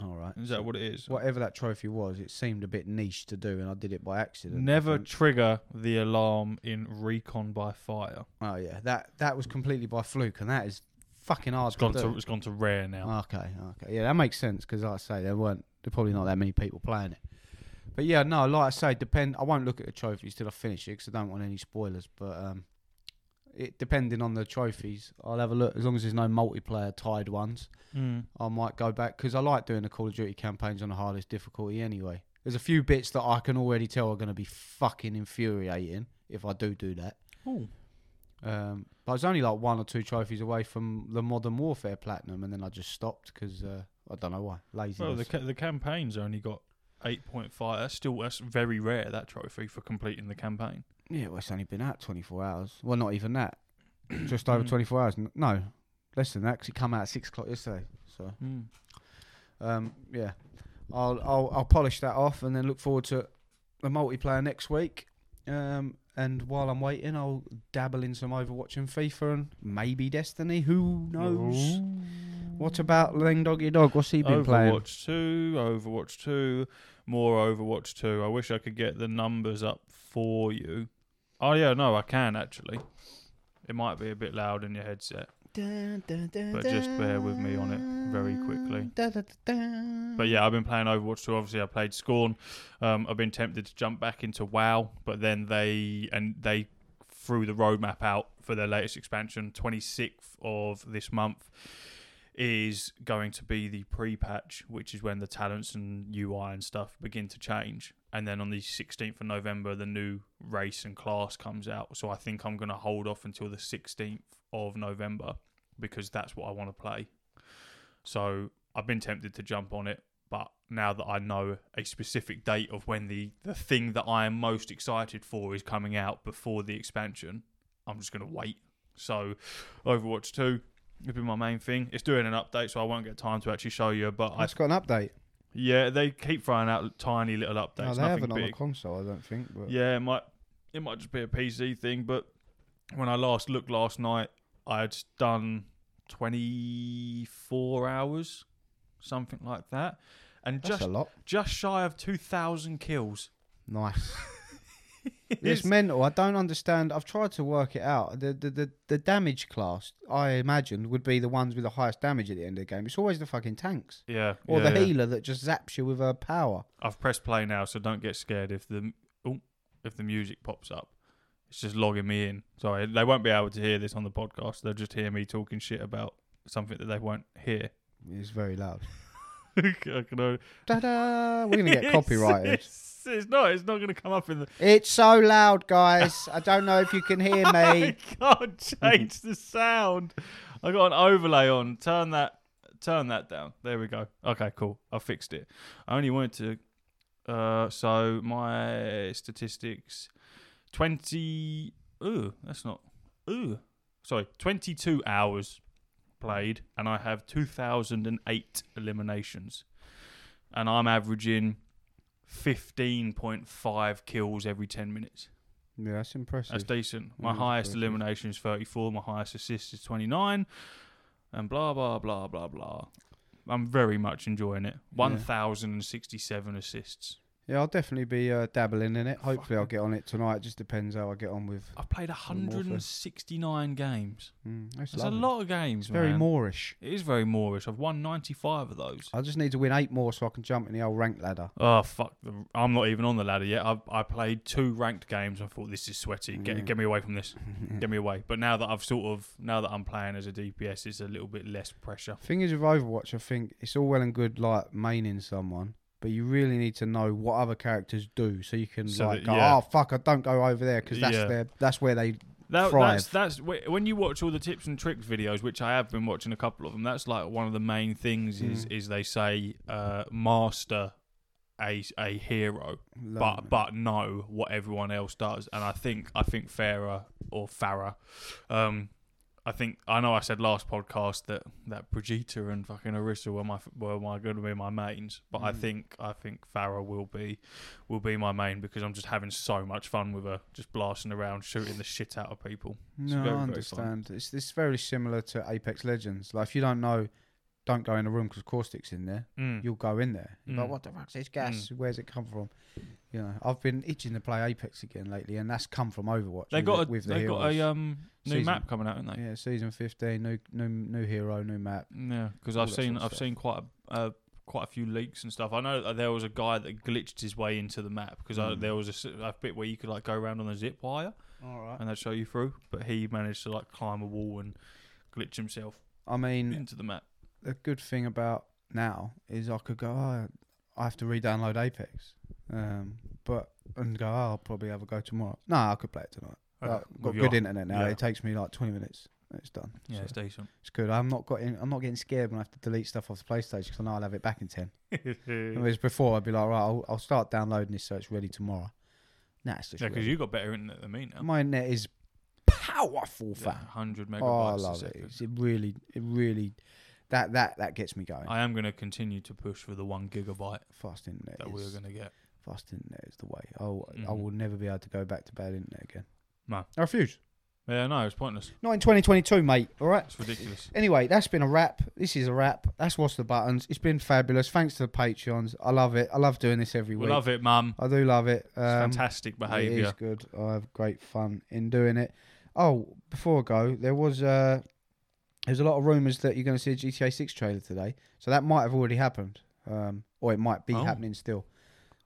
A: All right.
B: Is
A: So
B: that what it is?
A: Whatever that trophy was, it seemed a bit niche to do, and I did it by accident. I
B: Never
A: think.
B: trigger the alarm in Recon by Fire.
A: oh yeah, that that was completely by fluke, and that is fucking hard
B: It's gone
A: to
B: to
A: do.
B: it's gone to rare now.
A: Okay, okay, yeah, that makes sense because, like I say, there weren't there probably not that many people playing it. But yeah, no, like I say, depend. I won't look at the trophies till I finish it because I don't want any spoilers. But um, it depending on the trophies, I'll have a look as long as there's no multiplayer tied ones.
B: Mm.
A: I might go back because I like doing the Call of Duty campaigns on the hardest difficulty anyway. There's a few bits that I can already tell are going to be fucking infuriating if I do do that.
B: Ooh.
A: Um, but I was only like one or two trophies away from the Modern Warfare Platinum, and then I just stopped because uh, I don't know why. Lazy.
B: Well, the ca- the campaign's only got eight point five. That's still that's very rare. That trophy for completing the campaign.
A: yeah, well, it's only been out 24 hours. Well, not even that. just over
B: Mm.
A: 24 hours. N- No, less than that because it came out at 6 o'clock yesterday. So,
B: Mm.
A: um, yeah. I'll, I'll, I'll polish that off and then look forward to the multiplayer next week. Um, and while I'm waiting, I'll dabble in some Overwatch and FIFA and maybe Destiny. Who knows? What about Leng Doggy Dog? What's he been
B: Overwatch
A: playing?
B: two, Overwatch two, more Overwatch two. I wish I could get the numbers up for you. Oh yeah, no, I can actually. It might be a bit loud in your headset, but just bear with me on it very quickly. But yeah, I've been playing Overwatch 2. Obviously, I played Scorn. Um, I've been tempted to jump back into WoW, but then they and they threw the roadmap out for their latest expansion. 26th of this month is going to be the pre-patch, which is when the talents and UI and stuff begin to change. And then on the 16th of November, the new race and class comes out. So I think I'm going to hold off until the 16th of November because that's what I want to play. So I've been tempted to jump on it, but now that I know a specific date of when the, the thing that I am most excited for is coming out before the expansion, I'm just going to wait. So Overwatch 2 would be my main thing. It's doing an update, so I won't get time to actually show you, but I
A: It's got an update.
B: yeah, they keep throwing out tiny little updates,
A: No, they
B: nothing
A: haven't on the
B: big.
A: console, I don't think. But
B: Yeah, it might it might just be a PC thing, but when I last looked last night, I'd done twenty four hours, something like that, and
A: that's
B: just
A: a lot.
B: just shy of two thousand kills.
A: Nice. it's mental. I don't understand. I've tried to work it out. The, the the the damage class I imagined would be the ones with the highest damage at the end of the game. It's always the fucking tanks
B: Yeah,
A: or
B: yeah,
A: the
B: yeah.
A: healer that just zaps you with her power.
B: I've pressed play now, so don't get scared if the oh, if the music pops up. It's just logging me in. Sorry, they won't be able to hear this on the podcast. They'll just hear me talking shit about something that they won't hear.
A: It's very loud.
B: I can only-
A: Da da. We're gonna get
B: It's-
A: copyrighted.
B: It's, it's not. It's not going to come up in the.
A: It's so loud, guys. I don't know if you can hear
B: I
A: me.
B: can't change the sound. I got an overlay on. Turn that. Turn that down. There we go. Okay, cool. I fixed it. I only wanted to. Uh, so my statistics, twenty. Ooh, that's not. Ooh, sorry. Twenty-two hours played, and I have two thousand and eight eliminations, and I'm averaging fifteen point five kills every ten minutes.
A: Yeah, that's impressive.
B: That's decent. My
A: Mm,
B: highest
A: that's decent.
B: elimination is 34. My highest assist is 29. And blah, blah, blah, blah, blah. I'm very much enjoying it. 1,067 assists.
A: yeah, I'll definitely be uh, dabbling in it. Hopefully, I'll get on it tonight. It just depends how I get on with.
B: I've played 169 games.
A: Mm, that's
B: That's
A: lovely.
B: a lot of games,
A: It's very
B: man.
A: Moorish.
B: it is very Moorish. I've won 95 of those.
A: I just need to win eight more so I can jump in the old rank ladder.
B: Oh fuck! the- I'm not even on the ladder yet. I I played two ranked games. I thought this is sweaty. Get
A: Yeah. Hmm.
B: get me away from this. Get me away. But now that I've sort of now that I'm playing as a DPS, it's a little bit less pressure.
A: Thing is with Overwatch, I think it's all well and good like maining someone, but you really need to know what other characters do so you can
B: So
A: like
B: that-
A: go,
B: yeah.
A: oh fuck, I don't go over there because that's
B: Yeah.
A: their that's where they.
B: That,
A: thrive.
B: that's that's wh- when you watch all the tips and tricks videos, which I have been watching a couple of them. That's like one of the main things is
A: Mm.
B: is they say uh, master a a hero, but but know what everyone else does. And I think I think Farah or Farah, um, I think I know I said last podcast that that Brigitte and fucking Arissa were my f- were my going to be my mains, but I
A: Mm.
B: think I think Farah will be will be my main because I'm just having so much fun with her, just blasting around, shooting the shit out of people.
A: no,
B: very,
A: I
B: very
A: understand. It's it's very similar to Apex Legends. Like if you don't know don't go in a room because caustic's in there.
B: Mm.
A: You'll go in there. You're
B: Mm.
A: like, what the fuck's this gas? Where's it come from? You know, I've been itching to play Apex again lately, and that's come from Overwatch.
B: They
A: with
B: got
A: the-
B: a,
A: with the
B: they got a uh,
A: heroes.
B: um new
A: Season.
B: map coming out, haven't they?
A: yeah, season fifteen, new new new hero, new map.
B: Yeah, because
A: All
B: I've
A: that sort
B: seen
A: of
B: I've
A: stuff.
B: seen quite a, uh, quite a few leaks and stuff. I know that there was a guy that glitched his way into the map because
A: Mm.
B: there was a s- a, bit where you could like go around on a zip wire
A: All right.
B: and they'd show you through, but he managed to like climb a wall and glitch himself
A: I mean,
B: into the map.
A: the good thing about now is I could go, oh, I have to re-download Apex, um, but and go, oh, I'll probably have a go tomorrow. No, I could play it tonight. Like,
B: Okay,
A: got
B: Uh, with
A: good
B: your-
A: internet now.
B: yeah.
A: It takes me like twenty minutes. and It's done.
B: Yeah,
A: So
B: it's decent.
A: it's good. I'm not got in, I'm not getting scared when I have to delete stuff off the PlayStation because I know I'll have it back in ten.
B: yeah,
A: Whereas before, I'd be like, right, I'll, I'll start downloading this so it's ready tomorrow. Nah, it's just
B: because
A: ready.
B: you got better internet than me now.
A: my internet is powerful, fam.
B: Hundred megabytes.
A: Oh, I
B: a
A: love it.
B: second.
A: It's- It really, it really, that that that gets me going.
B: I am going to continue to push for the one gigabyte
A: Fast internet.
B: that we
A: is-
B: we're going to get.
A: fast internet is the way. I'll, I
B: Mhm.
A: will never be able to go back to bad internet again.
B: No.
A: I refuse.
B: Yeah, no, it's pointless.
A: Not in 2022, mate. All right.
B: It's ridiculous.
A: Anyway, that's been a wrap. This is a wrap. That's what's the buttons. It's been fabulous. Thanks to the Patreons. I love it. I love doing this every
B: We
A: week.
B: love it, mum.
A: I do love it.
B: It's
A: Um,
B: fantastic
A: It
B: behaviour.
A: is good. I have great fun in doing it. Oh, before I go, there was uh, there's a lot of rumours that you're going to see a GTA 6 trailer today. So that might have already happened, um, or it might be
B: Oh.
A: happening still.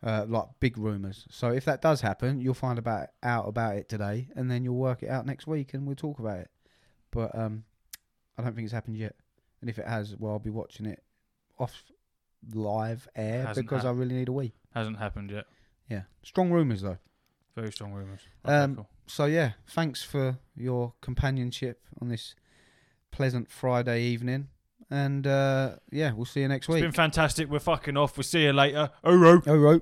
A: Uh, like big rumours. So if that does happen, you'll find about out about it today, and then you'll work it out next week, and we'll talk about it. But um, I don't think it's happened yet. And if it has, well, I'll be watching it off live air
B: Hasn't
A: because I really need a wee.
B: Hasn't happened yet.
A: Yeah, strong rumours though.
B: Very strong rumours. Okay,
A: Um,
B: cool.
A: so yeah, thanks for your companionship on this pleasant Friday evening, and uh, yeah, we'll see you next
B: It's
A: week.
B: been fantastic. We're fucking off. We'll see you later. Oro.
A: Oh, right.